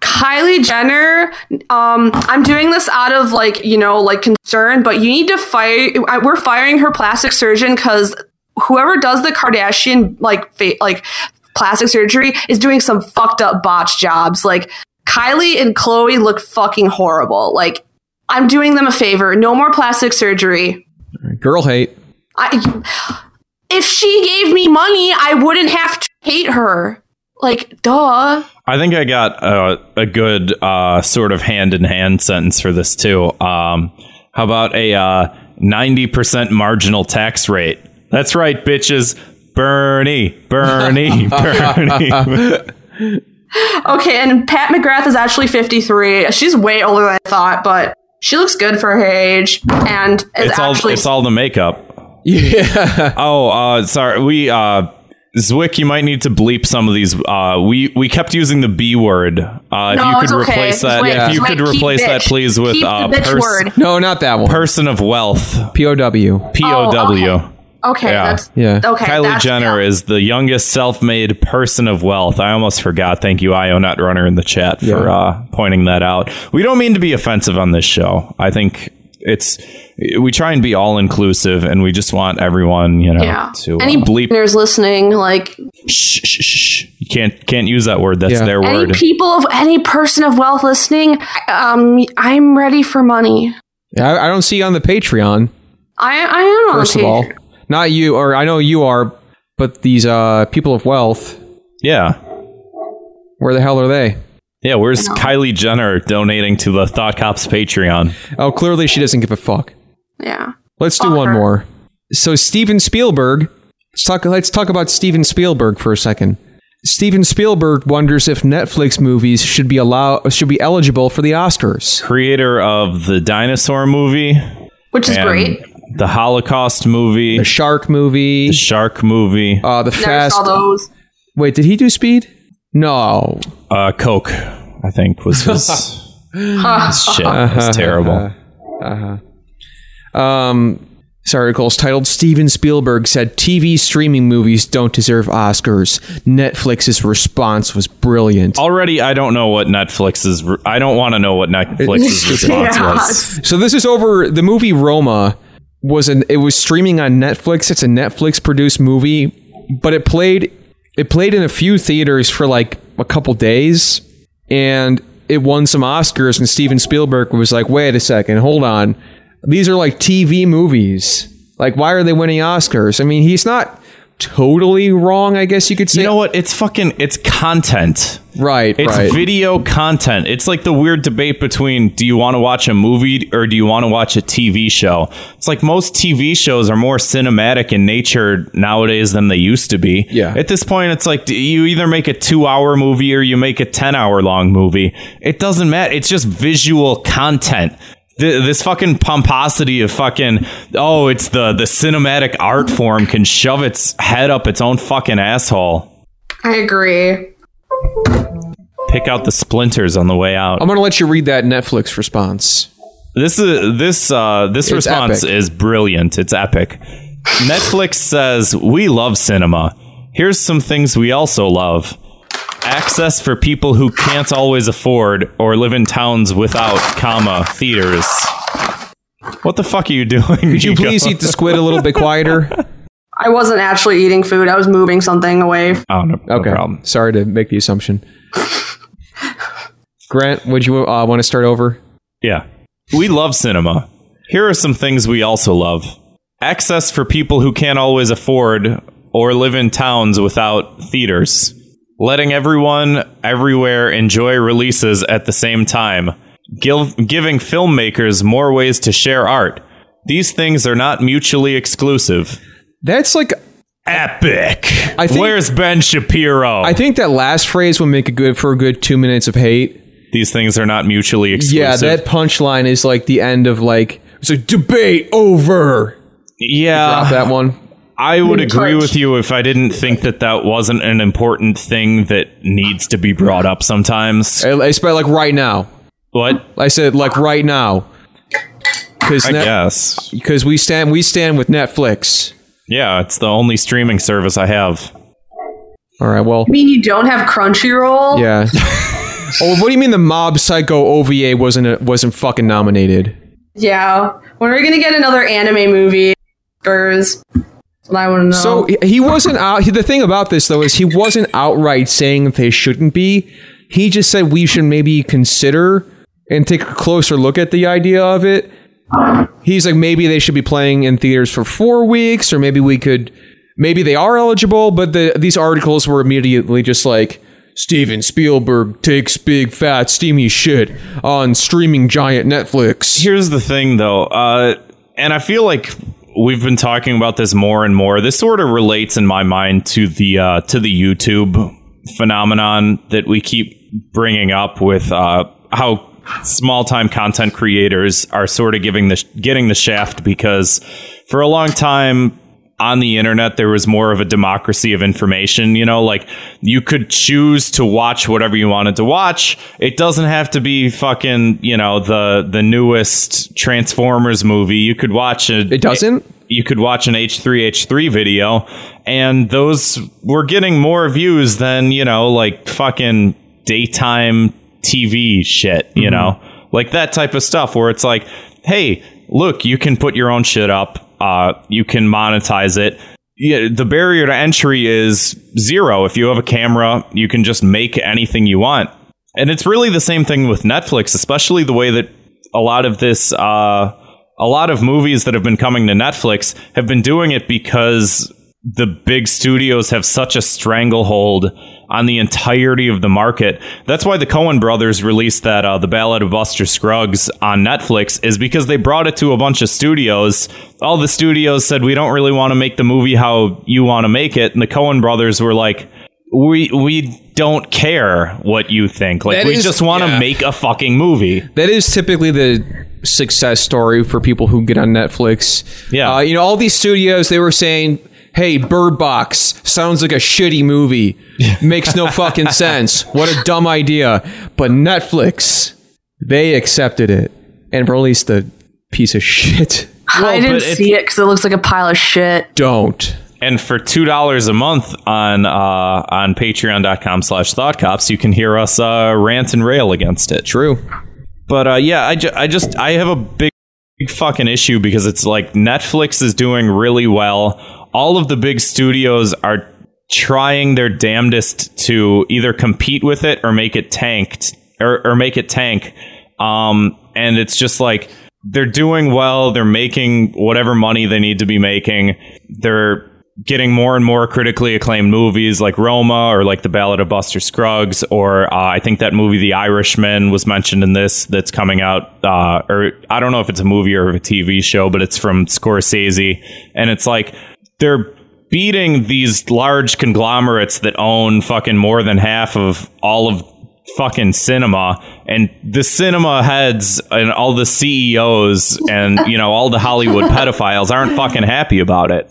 [SPEAKER 2] Kylie Jenner, um, I'm doing this out of like, you know, like concern, but you need to fire, I- we're firing her plastic surgeon because whoever does the Kardashian like, fa- like plastic surgery is doing some fucked up botch jobs. Like Kylie and Chloe look fucking horrible. Like I'm doing them a favor. No more plastic surgery.
[SPEAKER 1] Girl hate.
[SPEAKER 2] I, if she gave me money, I wouldn't have to hate her. Like, duh.
[SPEAKER 7] I think I got uh, a good uh, sort of hand in hand sentence for this too. Um, how about a uh, ninety percent marginal tax rate? That's right, bitches. Bernie, Bernie, Bernie.
[SPEAKER 2] Okay, and Pat McGrath is actually 53. She's way older than I thought, but she looks good for her age. And it's,
[SPEAKER 7] it's all
[SPEAKER 2] actually.
[SPEAKER 7] it's all the makeup.
[SPEAKER 1] Yeah.
[SPEAKER 7] Oh, uh, sorry. We uh, Zwick, you might need to bleep some of these. Uh, we we kept using the B word. Uh, if you
[SPEAKER 2] it's
[SPEAKER 7] could
[SPEAKER 2] okay.
[SPEAKER 7] replace
[SPEAKER 2] Just
[SPEAKER 7] that,
[SPEAKER 2] wait,
[SPEAKER 7] if
[SPEAKER 2] just
[SPEAKER 7] you
[SPEAKER 2] wait,
[SPEAKER 7] could
[SPEAKER 2] keep
[SPEAKER 7] replace that,
[SPEAKER 2] bitch.
[SPEAKER 7] please, with
[SPEAKER 2] Keep the
[SPEAKER 7] uh,
[SPEAKER 2] bitch
[SPEAKER 7] pers-
[SPEAKER 2] word.
[SPEAKER 1] No, not that one.
[SPEAKER 7] person of wealth,
[SPEAKER 1] POW.
[SPEAKER 7] P
[SPEAKER 2] Oh,
[SPEAKER 7] O W.
[SPEAKER 2] okay. Okay,
[SPEAKER 7] Yeah.
[SPEAKER 2] that's
[SPEAKER 1] Yeah.
[SPEAKER 2] okay.
[SPEAKER 7] Kylie
[SPEAKER 2] that's-
[SPEAKER 7] Jenner is the youngest self-made person of wealth. I almost forgot. Thank you, IO Nut Runner, in the chat for
[SPEAKER 1] Yeah.
[SPEAKER 7] uh, pointing that out. We don't mean to be offensive on this show. I think it's we try and be all inclusive, and we just want everyone, you know,
[SPEAKER 2] Yeah.
[SPEAKER 7] to uh,
[SPEAKER 2] Any
[SPEAKER 7] bleep.
[SPEAKER 2] bleepers listening, like
[SPEAKER 7] Shh, shh, shh. You can't can't use that word. That's
[SPEAKER 1] Yeah.
[SPEAKER 7] their
[SPEAKER 2] any
[SPEAKER 7] word.
[SPEAKER 2] people of any person of wealth listening, um, I'm ready for money.
[SPEAKER 1] I, I don't see you on the Patreon,
[SPEAKER 2] I, I am on
[SPEAKER 1] first of
[SPEAKER 2] Patreon.
[SPEAKER 1] all. Not you, or I know you are, but these uh, people of wealth,
[SPEAKER 7] yeah.
[SPEAKER 1] where the hell are they?
[SPEAKER 7] Yeah, where's Kylie Jenner donating to the Thought Cops Patreon?
[SPEAKER 1] Oh, clearly she doesn't give a fuck.
[SPEAKER 2] Yeah.
[SPEAKER 1] Let's do
[SPEAKER 2] Fuck
[SPEAKER 1] one
[SPEAKER 2] her.
[SPEAKER 1] more. So Steven Spielberg. Let's talk. Let's talk about Steven Spielberg for a second. Steven Spielberg wonders if Netflix movies should be allow should be eligible for the Oscars.
[SPEAKER 7] Creator of the dinosaur movie,
[SPEAKER 2] Which is
[SPEAKER 7] and
[SPEAKER 2] great.
[SPEAKER 7] the Holocaust movie,
[SPEAKER 1] The Shark movie,
[SPEAKER 7] Shark movie,
[SPEAKER 1] uh, the
[SPEAKER 2] Never
[SPEAKER 1] Fast.
[SPEAKER 2] saw those.
[SPEAKER 1] Wait, did he do Speed? No.
[SPEAKER 7] uh, Coke, I think was his. his shit It was terrible.
[SPEAKER 1] Um, this article is titled Steven Spielberg said TV streaming movies don't deserve Oscars. Netflix's response was brilliant.
[SPEAKER 7] Already, I don't know what Netflix's. re- I don't want to know what Netflix's response was.
[SPEAKER 1] So this is over the movie Roma was an it was streaming on Netflix. It's a Netflix produced movie, but it played it played in a few theaters for like a couple days and it won some Oscars and Steven Spielberg was like, "Wait a second, hold on. These are like TV movies. Like why are they winning Oscars?" I mean, he's not totally wrong, I guess you could say.
[SPEAKER 7] You know what? It's fucking. It's content.
[SPEAKER 1] right,
[SPEAKER 7] It's
[SPEAKER 1] right.
[SPEAKER 7] video content. It's like the weird debate between do you want to watch a movie or do you want to watch a TV show? It's like most TV shows are more cinematic in nature nowadays than they used to be.
[SPEAKER 1] Yeah.
[SPEAKER 7] At this point, it's like do you either make a two hour movie or you make a 10 hour long movie. It doesn't matter. It's just visual content. Th- This fucking pomposity of fucking oh, it's the the cinematic art form can shove its head up its own fucking asshole.
[SPEAKER 2] I agree.
[SPEAKER 7] Pick out the splinters on the way out.
[SPEAKER 1] I'm going to let you read that Netflix response.
[SPEAKER 7] This is this uh, this response
[SPEAKER 1] epic.
[SPEAKER 7] is brilliant. It's epic. Netflix says we love cinema. Here's some things we also love: access for people who can't always afford or live in towns without, comma theaters. What the fuck are you doing?
[SPEAKER 1] Could you please eat the squid a little bit quieter?
[SPEAKER 2] I wasn't actually eating food. I was moving something away.
[SPEAKER 7] Oh no, no
[SPEAKER 1] Okay.
[SPEAKER 7] problem.
[SPEAKER 1] Sorry to make the assumption. Grant, would you uh, want to start over?
[SPEAKER 7] Yeah. We love cinema. Here are some things we also love access for people who can't always afford or live in towns without theaters, letting everyone everywhere enjoy releases at the same time, Gil- giving filmmakers more ways to share art. These things are not mutually exclusive.
[SPEAKER 1] That's like
[SPEAKER 7] Epic.
[SPEAKER 1] I think-
[SPEAKER 7] Where's Ben Shapiro?
[SPEAKER 1] I think that last phrase will make a good for a good two minutes of hate.
[SPEAKER 7] These things are not mutually exclusive.
[SPEAKER 1] Yeah, that punchline is like the end of like it's like debate over.
[SPEAKER 7] yeah.
[SPEAKER 1] Drop that one.
[SPEAKER 7] I would
[SPEAKER 2] in
[SPEAKER 7] agree
[SPEAKER 2] touch.
[SPEAKER 7] with you if I didn't think that that wasn't an important thing that needs to be brought up sometimes.
[SPEAKER 1] I, I spell like right now.
[SPEAKER 7] What?
[SPEAKER 1] I said like right now because
[SPEAKER 7] I guess.
[SPEAKER 1] because we stand we stand with Netflix.
[SPEAKER 7] Yeah, it's the only streaming service I have.
[SPEAKER 1] All right, well,
[SPEAKER 2] You mean you don't have Crunchyroll?
[SPEAKER 1] yeah. Oh, what do you mean the Mob Psycho OVA wasn't a, wasn't fucking nominated?
[SPEAKER 2] Yeah. When are we gonna get another anime movie? Spurs. That's what I want to know.
[SPEAKER 1] So he- he wasn't out. he- The thing about this though is he wasn't outright saying that they shouldn't be. He just said we should maybe consider and take a closer look at the idea of it. He's like maybe they should be playing in theaters for four weeks, or maybe we could. Maybe they are eligible, but the, these articles were immediately just like Steven Spielberg takes big fat steamy shit on streaming giant Netflix.
[SPEAKER 7] Here's the thing, though, uh, and I feel like we've been talking about this more and more. This sort of relates in my mind to the uh, to the YouTube phenomenon that we keep bringing up with uh, how small time content creators are sort of giving the getting the shaft because for a long time on the internet there was more of a democracy of information you know like you could choose to watch whatever you wanted to watch it doesn't have to be fucking you know the the newest transformers movie you could watch a,
[SPEAKER 1] It doesn't?
[SPEAKER 7] you could watch an h3h3 video and those were getting more views than you know like fucking daytime tv shit you know like that type of stuff where it's like hey look you can put your own shit up uh, you can monetize it yeah, the barrier to entry is zero if you have a camera you can just make anything you want and it's really the same thing with netflix especially the way that a lot of this uh, a lot of movies that have been coming to Netflix have been doing it because the big studios have such a stranglehold on the entirety of the market. That's why the Coen brothers released that uh, The Ballad of Buster Scruggs on Netflix is because they brought it to a bunch of studios. All the studios said we don't really want to make the movie how you want to make it and the Coen brothers were like we we don't care what you think. Like
[SPEAKER 1] That
[SPEAKER 7] we
[SPEAKER 1] is-
[SPEAKER 7] just want to
[SPEAKER 1] yeah.
[SPEAKER 7] make a fucking movie.
[SPEAKER 1] that is typically the success story for people who get on Netflix.
[SPEAKER 7] Yeah.
[SPEAKER 1] Uh, you know, all these studios, they were saying, hey, Bird Box sounds like a shitty movie. Makes no fucking sense. What a dumb idea. But Netflix, they accepted it and released a piece of shit.
[SPEAKER 2] I didn't
[SPEAKER 7] Oh, but it's-
[SPEAKER 2] see it because it looks like a pile of shit.
[SPEAKER 1] Don't.
[SPEAKER 7] and for two dollars a month on uh, on patreon.com slash thought cops you can hear us uh, rant and rail against it
[SPEAKER 1] True.
[SPEAKER 7] but uh, yeah I, ju- I just i have a big, big fucking issue because it's like netflix is doing really well all of the big studios are trying their damnedest to either compete with it or make it tanked or, or make it tank um, and it's just like they're doing well they're making whatever money they need to be making they're getting more and more critically acclaimed movies like Roma or like The Ballad of Buster Scruggs or uh, I think that movie The Irishman was mentioned in this that's coming out uh, or I don't know if it's a movie or a TV show but it's from Scorsese and it's like they're beating these large conglomerates that own fucking more than half of all of fucking cinema and the cinema heads and all the CEOs and you know all the Hollywood pedophiles aren't fucking happy about it.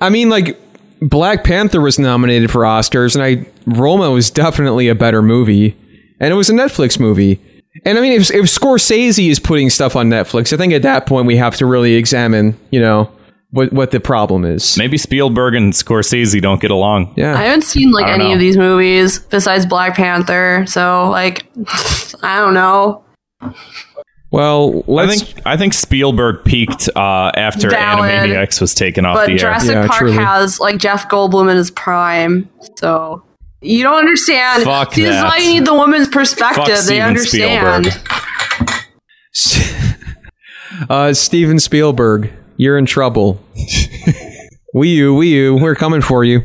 [SPEAKER 1] I mean, like, Black Panther was nominated for Oscars, and I Roma was definitely a better movie, and it was a Netflix movie. And I mean, if, if Scorsese is putting stuff on Netflix, I think at that point we have to really examine, you know, what what the problem is.
[SPEAKER 7] Maybe Spielberg and Scorsese don't get along.
[SPEAKER 1] Yeah,
[SPEAKER 2] I haven't seen like
[SPEAKER 7] I don't
[SPEAKER 2] any
[SPEAKER 7] know.
[SPEAKER 2] of these movies besides Black Panther, so like I don't know.
[SPEAKER 1] well,
[SPEAKER 7] I
[SPEAKER 1] let's.
[SPEAKER 7] think I think Spielberg peaked uh, after
[SPEAKER 2] Valid.
[SPEAKER 7] Animaniacs was taken off
[SPEAKER 2] But
[SPEAKER 7] the air.
[SPEAKER 2] Jurassic
[SPEAKER 1] Yeah,
[SPEAKER 2] Park
[SPEAKER 1] truly.
[SPEAKER 2] has like Jeff Goldblum in his prime, so you don't understand.
[SPEAKER 7] Fuck
[SPEAKER 2] See, This is why
[SPEAKER 7] that.
[SPEAKER 2] you need the woman's perspective.
[SPEAKER 7] Fuck
[SPEAKER 2] they
[SPEAKER 7] Steven
[SPEAKER 2] understand.
[SPEAKER 7] Spielberg.
[SPEAKER 1] uh, Steven Spielberg, you're in trouble. we you, we you, we're coming for you.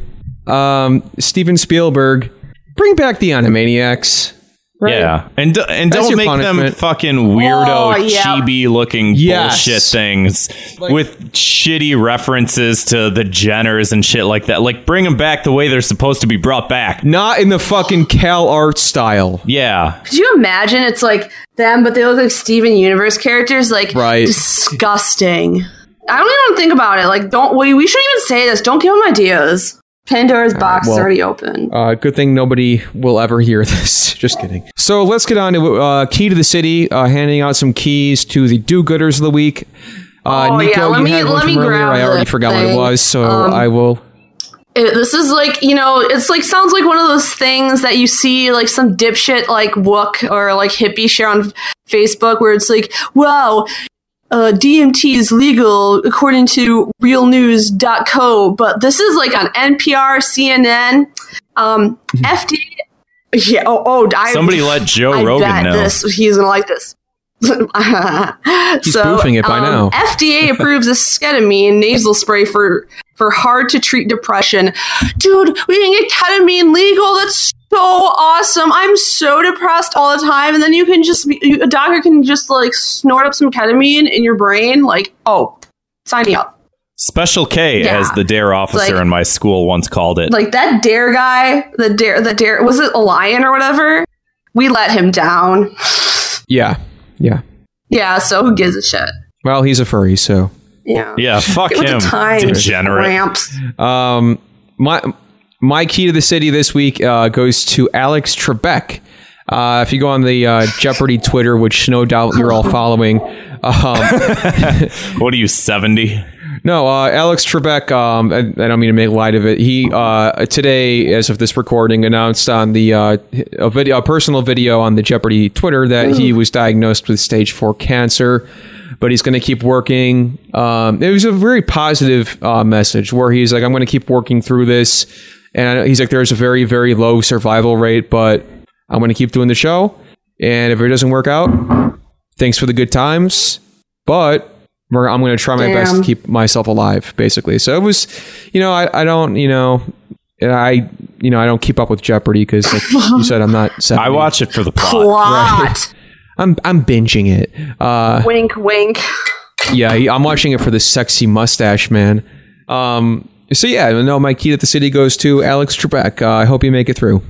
[SPEAKER 1] Um, Steven Spielberg, bring back the Animaniacs. right?
[SPEAKER 7] Yeah, and d- and
[SPEAKER 1] That's
[SPEAKER 7] don't
[SPEAKER 1] your
[SPEAKER 7] make them
[SPEAKER 1] punishment.
[SPEAKER 7] fucking weirdo,
[SPEAKER 2] Oh, yeah.
[SPEAKER 7] chibi looking
[SPEAKER 1] Yes.
[SPEAKER 7] bullshit things with shitty references to the Jenners and shit like that. Like bring them back the way they're supposed to be brought back.
[SPEAKER 1] Not in the fucking Cal Art style.
[SPEAKER 7] Yeah,
[SPEAKER 2] Could you imagine? It's like them, but they look like Steven Universe characters. Like
[SPEAKER 1] Right.
[SPEAKER 2] disgusting. I don't even think about it. Like don't we? We shouldn't even say this. Don't give them ideas. Pandora's box
[SPEAKER 1] well-
[SPEAKER 2] is already open.
[SPEAKER 1] Uh, good thing nobody will ever hear this. Just kidding. So let's get on to uh, Key to the City, uh, handing out some keys to the do gooders of the week. Uh,
[SPEAKER 2] Oh,
[SPEAKER 1] Nico,
[SPEAKER 2] yeah, let
[SPEAKER 1] you
[SPEAKER 2] me-
[SPEAKER 1] had one
[SPEAKER 2] let
[SPEAKER 1] from
[SPEAKER 2] me
[SPEAKER 1] earlier.
[SPEAKER 2] grab
[SPEAKER 1] I already
[SPEAKER 2] the
[SPEAKER 1] forgot what it
[SPEAKER 2] thing.
[SPEAKER 1] was, so
[SPEAKER 2] Um,
[SPEAKER 1] I will.
[SPEAKER 2] It, this is like you know, it's like sounds like one of those things that you see like some dipshit like wook or like hippie share on Facebook, where it's like, wow. Uh, DMT is legal according to realnews.co, but this is like on NPR, CNN, um, FDA. Yeah, oh, oh I,
[SPEAKER 7] Mm-hmm. Somebody let Joe
[SPEAKER 2] I
[SPEAKER 7] Rogan
[SPEAKER 2] bet
[SPEAKER 7] know.
[SPEAKER 2] this he's gonna like this. He's
[SPEAKER 1] spoofing it by
[SPEAKER 2] um,
[SPEAKER 1] now.
[SPEAKER 2] FDA approves esketamine nasal spray for for hard to treat depression. Dude, we can get ketamine legal. That's so awesome. I'm so depressed all the time, and then you can just be, you, a doctor can just like snort up some ketamine in your brain. Like, oh, sign me up.
[SPEAKER 7] Special K,
[SPEAKER 2] Yeah.
[SPEAKER 7] as the dare officer
[SPEAKER 2] Like-
[SPEAKER 7] in my school once called it.
[SPEAKER 2] Like that dare guy, the dare, the dare was it a lion or whatever? We let him down.
[SPEAKER 1] Yeah. Yeah.
[SPEAKER 2] Yeah, so who gives a shit?
[SPEAKER 1] Well, he's a furry, so
[SPEAKER 2] Yeah.
[SPEAKER 7] yeah, fuck
[SPEAKER 2] Get with
[SPEAKER 7] him,
[SPEAKER 2] the time,
[SPEAKER 7] degenerate.
[SPEAKER 2] Ramps.
[SPEAKER 1] Um, my my key to the city this week uh, goes to Alex Trebek. Uh, if you go on the uh, Jeopardy Twitter, which no doubt you're all following, um,
[SPEAKER 7] What are you, 70?
[SPEAKER 1] no, uh, Alex Trebek. Um, I, I don't mean to make light of it. He uh, today, as of this recording, announced on the uh, a video, a personal video on the Jeopardy Twitter that he was diagnosed with stage four cancer. But he's going to keep working. Um, it was a very positive uh, message where he's like, "I'm going to keep working through this," and he's like, "There's a very, very low survival rate, but I'm going to keep doing the show. And if it doesn't work out, thanks for the good times. But we're, I'm going to try my best to
[SPEAKER 2] Damn.
[SPEAKER 1] keep myself alive, basically. So it was, you know, I, I don't, you know, I, you know, I don't keep up with Jeopardy because, like you said, I'm not. 70.
[SPEAKER 7] I watch it for the plot.
[SPEAKER 2] Plot.
[SPEAKER 1] I'm, I'm binging it. Uh,
[SPEAKER 2] Wink, wink.
[SPEAKER 1] yeah, I'm watching it for the sexy mustache man. Um, so yeah, no, my key to the city goes to Alex Trebek. Uh, I hope you make it through.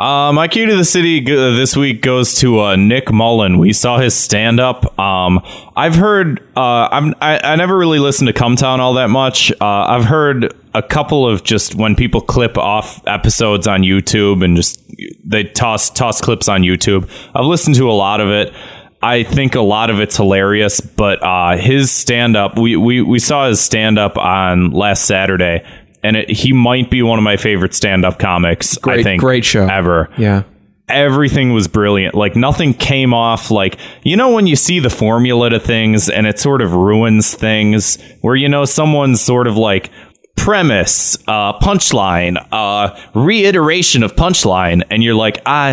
[SPEAKER 7] Uh, my cue to the city g- uh, this week goes to uh, Nick Mullen. We saw his stand up. Um, I've heard. Uh, I'm. I, I never really listened to Cumtown all that much. Uh, I've heard a couple of just when people clip off episodes on YouTube and just they toss toss clips on YouTube. I've listened to a lot of it. I think a lot of it's hilarious, but uh, his stand up. We, we we saw his stand up on last Saturday. And it, he might be one of my favorite stand-up comics. I
[SPEAKER 1] Great-
[SPEAKER 7] think
[SPEAKER 1] great show.
[SPEAKER 7] ever
[SPEAKER 1] Yeah,
[SPEAKER 7] everything was brilliant. Like nothing came off like you know when you see the formula to things and it sort of ruins things where you know someone's sort of like premise, uh punchline, uh reiteration of punchline and you're like, "I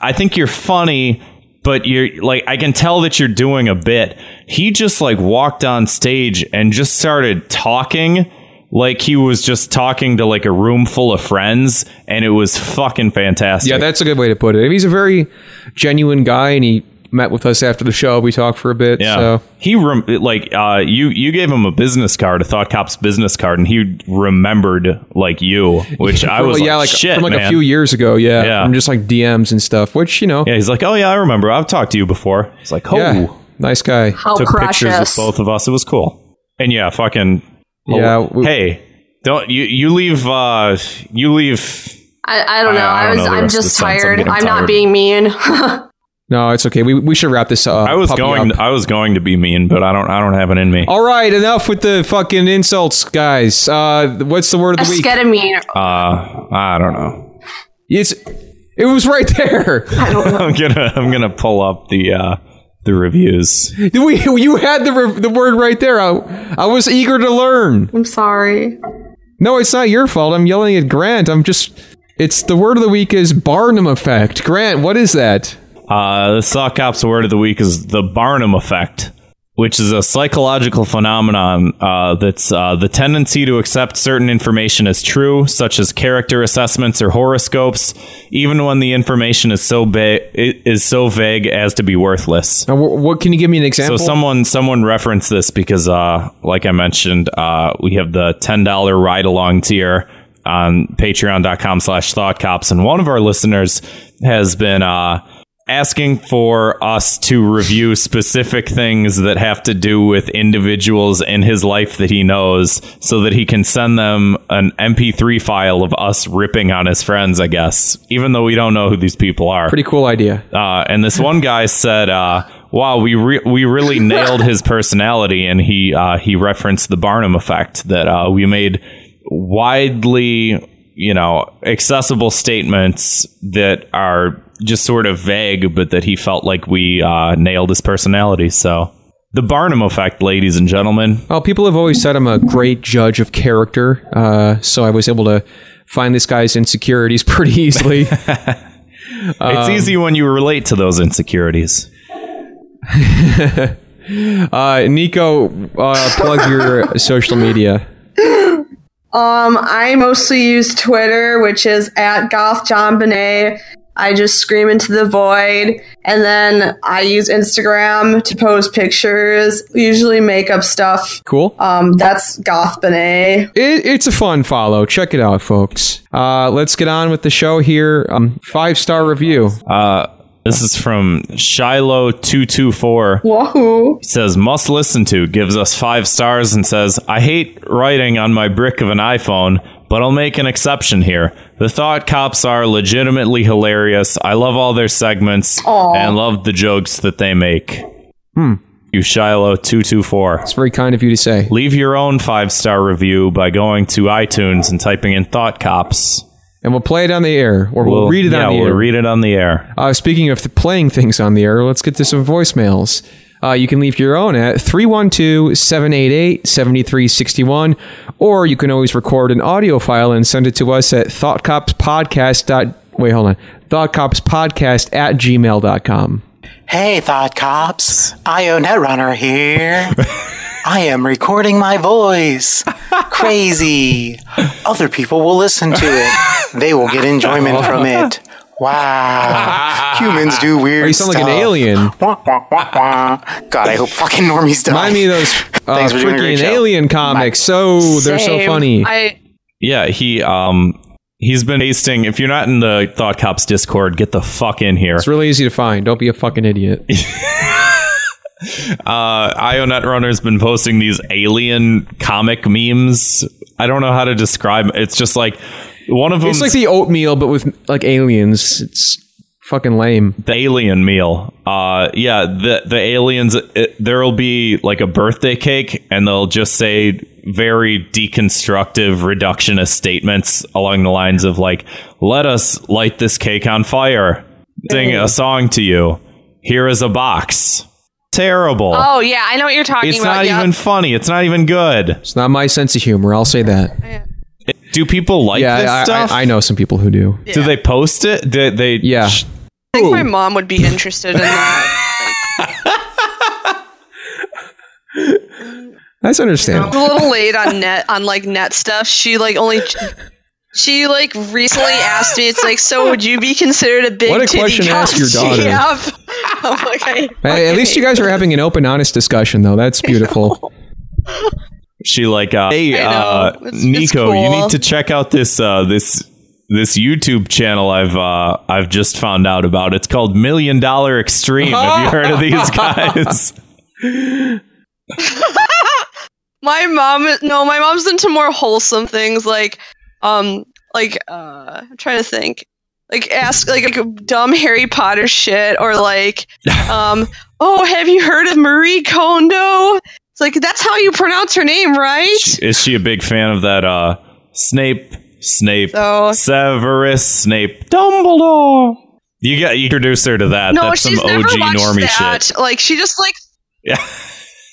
[SPEAKER 7] I think you're funny, but you're like I can tell that you're doing a bit." He just like walked on stage and just started talking like he was just talking to like a room full of friends and it was fucking fantastic.
[SPEAKER 1] Yeah, that's a good way to put it. He's a very genuine guy, and he met with us after the show. We talked for a bit.
[SPEAKER 7] Yeah,
[SPEAKER 1] So
[SPEAKER 7] he rem- like uh, you you gave him a business card, a Thought Cop's business card, and he remembered like you, which I was
[SPEAKER 1] Well,
[SPEAKER 7] like,
[SPEAKER 1] yeah, like
[SPEAKER 7] shit,
[SPEAKER 1] from like
[SPEAKER 7] man."
[SPEAKER 1] a few years ago. Yeah,
[SPEAKER 7] Yeah.
[SPEAKER 1] from just like DMs and stuff. Which you know,
[SPEAKER 7] Yeah, he's like, oh yeah, I remember. I've talked to you before. It's like, oh,
[SPEAKER 1] yeah, nice guy.
[SPEAKER 2] How
[SPEAKER 7] took pictures with
[SPEAKER 2] precious.
[SPEAKER 7] both of us. It was cool. And yeah, fucking
[SPEAKER 1] Yeah, we-
[SPEAKER 7] Oh. hey, don't you you leave uh you leave.
[SPEAKER 2] I, I don't know. I,
[SPEAKER 7] I- I don't
[SPEAKER 2] was.
[SPEAKER 7] know the
[SPEAKER 2] I'm
[SPEAKER 7] rest of
[SPEAKER 2] just
[SPEAKER 7] the sentence. I'm
[SPEAKER 2] tired.
[SPEAKER 7] getting
[SPEAKER 2] I'm
[SPEAKER 7] tired.
[SPEAKER 2] not being mean.
[SPEAKER 1] No, it's okay. We, we should wrap this uh, up. Oh.
[SPEAKER 7] I was going I was going to be mean, but I don't I don't have it in me.
[SPEAKER 1] All right, enough with the fucking insults, guys. Uh, what's the word of the week?
[SPEAKER 2] Esketamine.
[SPEAKER 7] Uh, I don't know.
[SPEAKER 1] It's it was right there.
[SPEAKER 7] I'm gonna I'm gonna pull up the uh the reviews.
[SPEAKER 1] we you had the re- the word right there. I I was eager to learn.
[SPEAKER 2] I'm sorry.
[SPEAKER 1] No, it's not your fault. I'm yelling at Grant. I'm just. It's the word of the week is Barnum effect. Grant, what is that?
[SPEAKER 7] Uh, the Sock Cops word of the week is the Barnum effect, which is a psychological phenomenon uh, that's uh, the tendency to accept certain information as true, such as character assessments or horoscopes, even when the information is so ba- i- is so vague as to be worthless.
[SPEAKER 1] Now, wh- what can you give me an
[SPEAKER 7] So
[SPEAKER 1] example?
[SPEAKER 7] someone someone referenced this because, uh, like I mentioned, uh, we have the ten dollar ride along tier on patreon.com slash thought cops and one of our listeners has been uh, asking for us to review specific things that have to do with individuals in his life that he knows so that he can send them an mp3 file of us ripping on his friends i guess even though we don't know who these people are
[SPEAKER 1] Pretty cool idea.
[SPEAKER 7] uh, and this one guy said, uh, "Wow, we re- we really nailed his personality." And he uh, he referenced the Barnum effect that uh, we made widely you know, accessible statements that are just sort of vague, but that he felt like we uh, nailed his personality. So the Barnum effect, ladies and gentlemen.
[SPEAKER 1] Well, Oh, people have always said I'm a great judge of character, uh, so I was able to find this guy's insecurities pretty easily.
[SPEAKER 7] it's easy when you relate to those insecurities.
[SPEAKER 1] Uh, Nico, uh, plug your social media.
[SPEAKER 2] Um, I mostly use Twitter, which is at Goth John Bonet. I just scream into the void, and then I use Instagram to post pictures, usually makeup stuff.
[SPEAKER 1] Cool.
[SPEAKER 2] Um, that's Goth Bonet.
[SPEAKER 1] it, it's a fun follow. Check it out, folks. Uh, let's get on with the show here. Um, five star review.
[SPEAKER 7] Uh, This is from Shiloh224.
[SPEAKER 2] Wahoo!
[SPEAKER 7] says must listen to gives us five stars and says i hate writing on my brick of an iphone but i'll make an exception here the thought cops are legitimately hilarious i love all their segments and love the jokes that they make hmm you shiloh 224
[SPEAKER 1] It's very kind of you to say.
[SPEAKER 7] leave your own five star review by going to itunes and typing in thought cops
[SPEAKER 1] And we'll play it on the air, or we'll, read it
[SPEAKER 7] yeah,
[SPEAKER 1] on the
[SPEAKER 7] we'll
[SPEAKER 1] air.
[SPEAKER 7] read it on the air
[SPEAKER 1] Uh, speaking of th- playing things on the air, let's get to some voicemails. Uh, you can leave your own at 312 788 7361, or you can always record an audio file and send it to us at thoughtcopspodcast. Dot, wait, hold on. Thoughtcopspodcast at gmail.com.
[SPEAKER 8] Hey, Thought Cops. IO Netrunner here. I am recording my voice. Crazy. Other people will listen to it. They will get enjoyment from it. Wow. Humans do weird
[SPEAKER 1] You sound like an
[SPEAKER 8] stuff.
[SPEAKER 1] alien.
[SPEAKER 8] Wah, wah, wah, wah. God, I hope fucking normies die.
[SPEAKER 1] Remind me of those uh,
[SPEAKER 8] Thanks for doing a great
[SPEAKER 1] freaking
[SPEAKER 8] show.
[SPEAKER 1] alien comics. So they're so funny.
[SPEAKER 2] I
[SPEAKER 7] Yeah, he um he's been pasting. If you're not in the Thought Cops Discord, get the fuck in here.
[SPEAKER 1] it's really easy to find. Don't be a fucking idiot.
[SPEAKER 7] Uh, Io Netrunner's been posting these alien comic memes. I don't know how to describe. it. It's just like one of them.
[SPEAKER 1] It's like the oatmeal, but with like aliens. It's fucking lame.
[SPEAKER 7] the alien meal. Uh, yeah, the the aliens. It, there'll be like a birthday cake, and they'll just say very deconstructive, reductionist statements along the lines of like, "Let us light this cake on fire." Sing a song to you. Here is a box. Terrible.
[SPEAKER 9] Oh yeah, I know what you're talking
[SPEAKER 7] it's
[SPEAKER 9] about.
[SPEAKER 7] not
[SPEAKER 9] yeah.
[SPEAKER 7] even funny. It's not even good.
[SPEAKER 1] It's not my sense of humor. I'll say that.
[SPEAKER 7] Do people like
[SPEAKER 1] yeah,
[SPEAKER 7] this
[SPEAKER 1] I, I-
[SPEAKER 7] stuff?
[SPEAKER 1] I know some people who do.
[SPEAKER 7] Do they post it? Do they?
[SPEAKER 1] Yeah.
[SPEAKER 7] Sh-
[SPEAKER 9] I think my mom would be interested in that.
[SPEAKER 1] That's understandable.
[SPEAKER 9] a little late on net on like net stuff. She like only she like recently asked me. It's like, so would you be considered a big?
[SPEAKER 1] What a
[SPEAKER 9] titty
[SPEAKER 1] question to ask your
[SPEAKER 9] cock?"
[SPEAKER 1] daughter.
[SPEAKER 9] Yep. I'm like, I-
[SPEAKER 1] Hey, At least you guys are having an open, honest discussion, though. That's beautiful.
[SPEAKER 7] she like uh, hey
[SPEAKER 9] I know.
[SPEAKER 7] uh,
[SPEAKER 9] It's- it's
[SPEAKER 7] Nico, you
[SPEAKER 9] cool.
[SPEAKER 7] need to check out this uh, this this YouTube channel I've uh, I've just found out about. It's called Million Dollar Extreme. Have you heard of these guys?
[SPEAKER 9] my mom no my mom's into more wholesome things like um like uh i'm trying to think like ask like, like dumb harry potter shit or like um oh have you heard of marie kondo it's like that's how you pronounce her name right
[SPEAKER 7] Is she a big fan of that uh, Snape? Snape,
[SPEAKER 9] So-
[SPEAKER 7] Severus Snape, Dumbledore. You got you introduce her to that.
[SPEAKER 9] no
[SPEAKER 7] That's
[SPEAKER 9] she's
[SPEAKER 7] some OG
[SPEAKER 9] never watched
[SPEAKER 7] normie
[SPEAKER 9] that
[SPEAKER 7] shit.
[SPEAKER 9] like she just like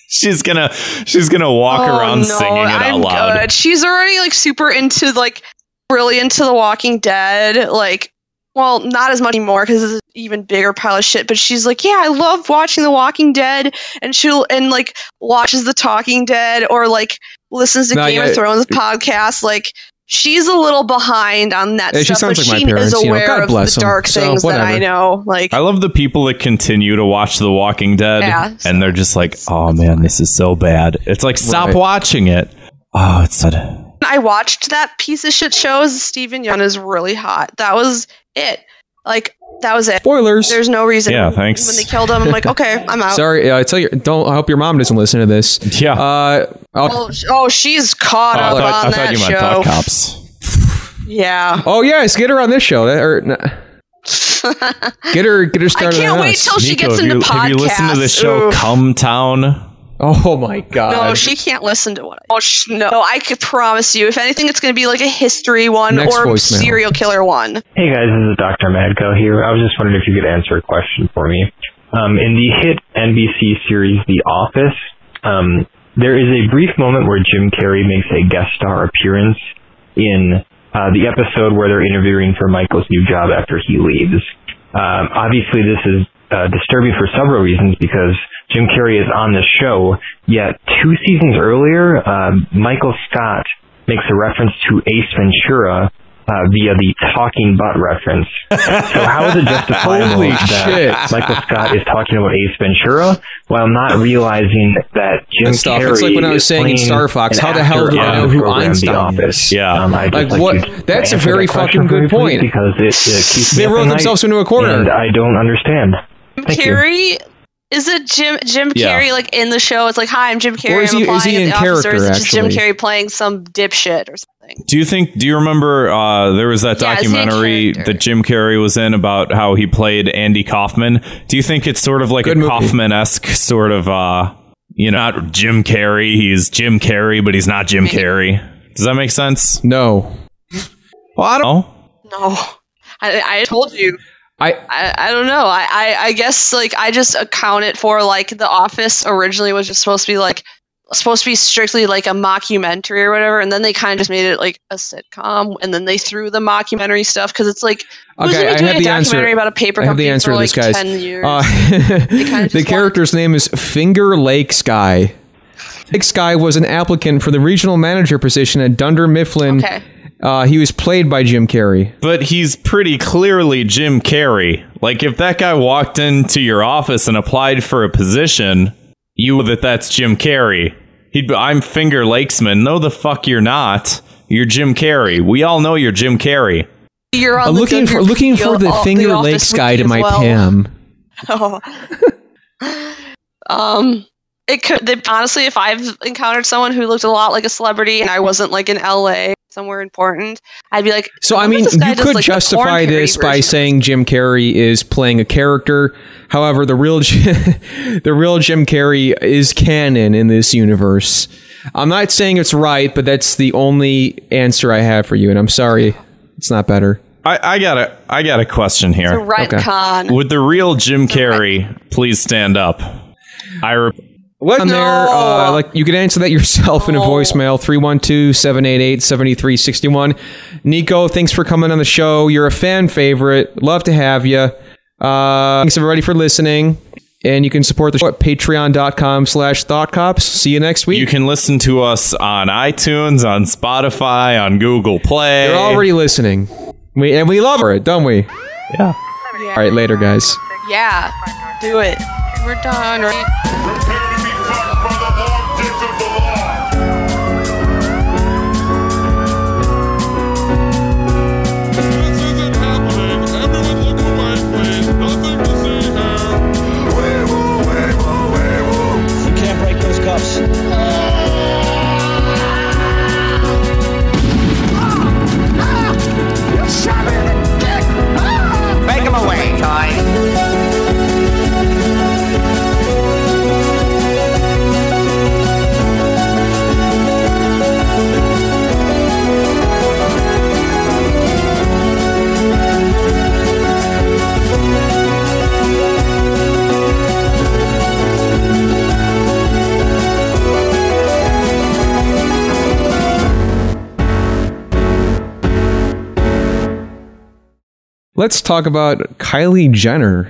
[SPEAKER 7] She's gonna she's gonna walk
[SPEAKER 9] oh,
[SPEAKER 7] around
[SPEAKER 9] no,
[SPEAKER 7] singing it
[SPEAKER 9] I'm
[SPEAKER 7] out loud.
[SPEAKER 9] good. she's already like super into like really into the walking dead like well, not as much anymore because it's an even bigger pile of shit. But she's like, yeah, I love watching The Walking Dead, and she'll and like watches The Talking Dead or like listens to
[SPEAKER 1] No,
[SPEAKER 9] Game
[SPEAKER 1] yeah.
[SPEAKER 9] of Thrones podcast. Like she's a little behind on that
[SPEAKER 1] Yeah, she
[SPEAKER 9] stuff,
[SPEAKER 1] sounds
[SPEAKER 9] but
[SPEAKER 1] like my
[SPEAKER 9] she
[SPEAKER 1] parents,
[SPEAKER 9] is
[SPEAKER 1] you know,
[SPEAKER 9] aware
[SPEAKER 1] God
[SPEAKER 9] of
[SPEAKER 1] bless
[SPEAKER 9] the
[SPEAKER 1] 'em,
[SPEAKER 9] dark
[SPEAKER 1] so
[SPEAKER 9] things that I
[SPEAKER 1] whatever.
[SPEAKER 9] know. Like
[SPEAKER 7] I love the people that continue to watch The Walking Dead
[SPEAKER 9] Yeah,
[SPEAKER 7] and they're just like, oh man, this is so bad. It's like, stop
[SPEAKER 1] Right.
[SPEAKER 7] watching it. Oh, it's not.
[SPEAKER 9] I watched that piece of shit shows. Steven Yeun is really hot. That was it. Like that was it.
[SPEAKER 1] Spoilers.
[SPEAKER 9] There's no reason.
[SPEAKER 7] Yeah, thanks.
[SPEAKER 9] When they killed him, I'm like, okay, I'm out.
[SPEAKER 1] Sorry, uh, I tell you, don't. I hope your mom doesn't listen to this.
[SPEAKER 7] Yeah.
[SPEAKER 1] Uh, oh,
[SPEAKER 9] Oh, sh- oh, she's caught
[SPEAKER 7] Oh, I
[SPEAKER 9] up
[SPEAKER 7] thought,
[SPEAKER 9] on
[SPEAKER 7] I thought
[SPEAKER 9] that
[SPEAKER 7] you meant
[SPEAKER 9] show.
[SPEAKER 7] Thought Cops.
[SPEAKER 9] Yeah.
[SPEAKER 1] oh yes, get her on this show. That- or, nah, get her, get her
[SPEAKER 9] I
[SPEAKER 1] started.
[SPEAKER 9] can't
[SPEAKER 1] on
[SPEAKER 9] wait
[SPEAKER 1] us.
[SPEAKER 9] till she
[SPEAKER 7] Nico,
[SPEAKER 9] gets
[SPEAKER 7] have
[SPEAKER 9] into
[SPEAKER 7] you,
[SPEAKER 9] podcasts.
[SPEAKER 7] have you listened to this show,
[SPEAKER 9] Ooh.
[SPEAKER 7] Come Town?
[SPEAKER 1] Oh my god.
[SPEAKER 9] No, she can't listen to what. I, oh sh- no, I could promise you. If anything, it's going to be like a history one
[SPEAKER 1] Next
[SPEAKER 9] or
[SPEAKER 1] voicemail.
[SPEAKER 9] serial killer one.
[SPEAKER 10] Hey guys, this is Dr. Madco here. I was just wondering if you could answer a question for me. Um, in the hit NBC series The Office, um, there is a brief moment where Jim Carrey makes a guest star appearance in uh, the episode where they're interviewing for Michael's new job after he leaves. Um, obviously, this is uh, disturbing for several reasons because Jim Carrey is on this show, yet two seasons earlier, um, Michael Scott makes a reference to Ace Ventura uh, via the talking butt reference. So how is it justifiable
[SPEAKER 1] Holy
[SPEAKER 10] that
[SPEAKER 1] shit.
[SPEAKER 10] Michael Scott is talking about Ace Ventura while not realizing that Jim
[SPEAKER 1] That's tough.
[SPEAKER 10] Carrey
[SPEAKER 1] It's like when I was
[SPEAKER 10] is
[SPEAKER 1] saying in
[SPEAKER 10] playing
[SPEAKER 1] Star Fox,
[SPEAKER 10] an
[SPEAKER 1] how the hell
[SPEAKER 10] actor
[SPEAKER 1] do I
[SPEAKER 10] on
[SPEAKER 1] know
[SPEAKER 10] the
[SPEAKER 1] who
[SPEAKER 10] program
[SPEAKER 1] Einstein
[SPEAKER 10] The Office.
[SPEAKER 1] is?
[SPEAKER 7] Yeah.
[SPEAKER 10] Um, I'd
[SPEAKER 1] Like,
[SPEAKER 10] just like
[SPEAKER 1] what-
[SPEAKER 10] you to
[SPEAKER 1] that's a
[SPEAKER 10] answer
[SPEAKER 1] very
[SPEAKER 10] that question
[SPEAKER 1] fucking
[SPEAKER 10] for me,
[SPEAKER 1] good
[SPEAKER 10] please,
[SPEAKER 1] point.
[SPEAKER 10] Because it, it keeps me
[SPEAKER 1] They
[SPEAKER 10] up
[SPEAKER 1] wrote
[SPEAKER 10] at night,
[SPEAKER 1] themselves into a corner.
[SPEAKER 10] And I don't understand.
[SPEAKER 9] Jim
[SPEAKER 10] Thank you.
[SPEAKER 9] Carrey. Is it Jim Jim
[SPEAKER 7] Yeah.
[SPEAKER 9] Carrey like in the show? It's like, hi, I'm Jim Carrey.
[SPEAKER 1] is
[SPEAKER 9] I'm
[SPEAKER 1] he- is
[SPEAKER 9] applying
[SPEAKER 1] he
[SPEAKER 9] at
[SPEAKER 1] in
[SPEAKER 9] the office, or is it
[SPEAKER 1] character,
[SPEAKER 9] just Jim
[SPEAKER 1] actually?
[SPEAKER 9] Carrey playing some dipshit or something?
[SPEAKER 7] Do you think? Do you remember? Uh, there was that
[SPEAKER 9] Yeah, it's in a
[SPEAKER 7] documentary
[SPEAKER 9] character.
[SPEAKER 7] that Jim Carrey was in about how he played Andy Kaufman. Do you think it's sort of like
[SPEAKER 1] Good
[SPEAKER 7] a
[SPEAKER 1] movie.
[SPEAKER 7] Kaufman esque sort of? Uh, you know, not Jim Carrey. He's Jim Carrey, but he's not Jim Carrey. Does that make sense?
[SPEAKER 1] No. Well, I don't.
[SPEAKER 7] No.
[SPEAKER 9] No, Oh, I, I told you.
[SPEAKER 1] I
[SPEAKER 9] I, I don't know. I, I, I guess like I just account it for like The Office originally was just supposed to be like supposed to be strictly like a mockumentary or whatever, and then they kind of just made it like a sitcom, and then they threw the mockumentary stuff because it's like who's
[SPEAKER 1] Okay,
[SPEAKER 9] gonna
[SPEAKER 1] I
[SPEAKER 9] be doing
[SPEAKER 1] have
[SPEAKER 9] a
[SPEAKER 1] the answer.
[SPEAKER 9] documentary about a paper
[SPEAKER 1] I have the
[SPEAKER 9] company
[SPEAKER 1] answer
[SPEAKER 9] for
[SPEAKER 1] to
[SPEAKER 9] like
[SPEAKER 1] this, guys.
[SPEAKER 9] ten years?
[SPEAKER 1] Uh,
[SPEAKER 9] just
[SPEAKER 1] the
[SPEAKER 9] want-
[SPEAKER 1] character's name is Finger Lake Sky. Lake Sky was an applicant for the regional manager position at Dunder Mifflin.
[SPEAKER 9] okay,
[SPEAKER 1] Uh, he was played by Jim Carrey.
[SPEAKER 7] But he's pretty clearly Jim Carrey. Like if that guy walked into your office and applied for a position, you that that's Jim Carrey. He'd be, I'm Finger Lakesman. No, the fuck you're not. You're Jim Carrey. We all know you're Jim Carrey.
[SPEAKER 9] you're on
[SPEAKER 1] I'm
[SPEAKER 9] the
[SPEAKER 1] looking for
[SPEAKER 9] Dunder
[SPEAKER 1] looking for
[SPEAKER 9] Mifflin
[SPEAKER 1] the
[SPEAKER 9] o-
[SPEAKER 1] Finger
[SPEAKER 9] Office
[SPEAKER 1] Lake Sky
[SPEAKER 9] wiki
[SPEAKER 1] to
[SPEAKER 9] as
[SPEAKER 1] my
[SPEAKER 9] well.
[SPEAKER 1] Pam.
[SPEAKER 9] Oh. um, it could they, honestly, if I've encountered someone who looked a lot like a celebrity and I wasn't like in LA somewhere important, I'd be like,
[SPEAKER 1] So I
[SPEAKER 9] wonder if
[SPEAKER 1] mean,
[SPEAKER 9] this guy
[SPEAKER 1] you
[SPEAKER 9] does,
[SPEAKER 1] could
[SPEAKER 9] like, the porn
[SPEAKER 1] justify
[SPEAKER 9] parody
[SPEAKER 1] this by
[SPEAKER 9] version.
[SPEAKER 1] saying Jim Carrey is playing a character. However, the real J- the real Jim Carrey is canon in this universe. I'm not saying it's right, but that's the only answer I have for you, and I'm sorry, it's not better.
[SPEAKER 7] I, I got a I got a question
[SPEAKER 9] The
[SPEAKER 7] here.
[SPEAKER 9] retcon.
[SPEAKER 7] Would the real Jim Carrey please stand up? I re-
[SPEAKER 1] What on there?
[SPEAKER 9] No.
[SPEAKER 1] Uh, like you can answer that yourself in a voicemail 312-788-7361. Nico, thanks for coming on the show. You're a fan favorite. Love to have you. Uh, thanks everybody for listening. And you can support the show at patreon.com slash thoughtcops. See you next week.
[SPEAKER 7] you can listen to us on iTunes, on Spotify, on Google Play.
[SPEAKER 1] You're already listening. We and we love it, don't we? All right, later guys.
[SPEAKER 9] yeah, do it. We're done, right?
[SPEAKER 4] Prepare to be fucked by the long dick of the law. This isn't happening. Everyone look away, please. Nothing to see here. Weevil, weevil, weevil.
[SPEAKER 6] You can't break those cuffs. Break them away, Ty.
[SPEAKER 1] Let's talk about Kylie Jenner.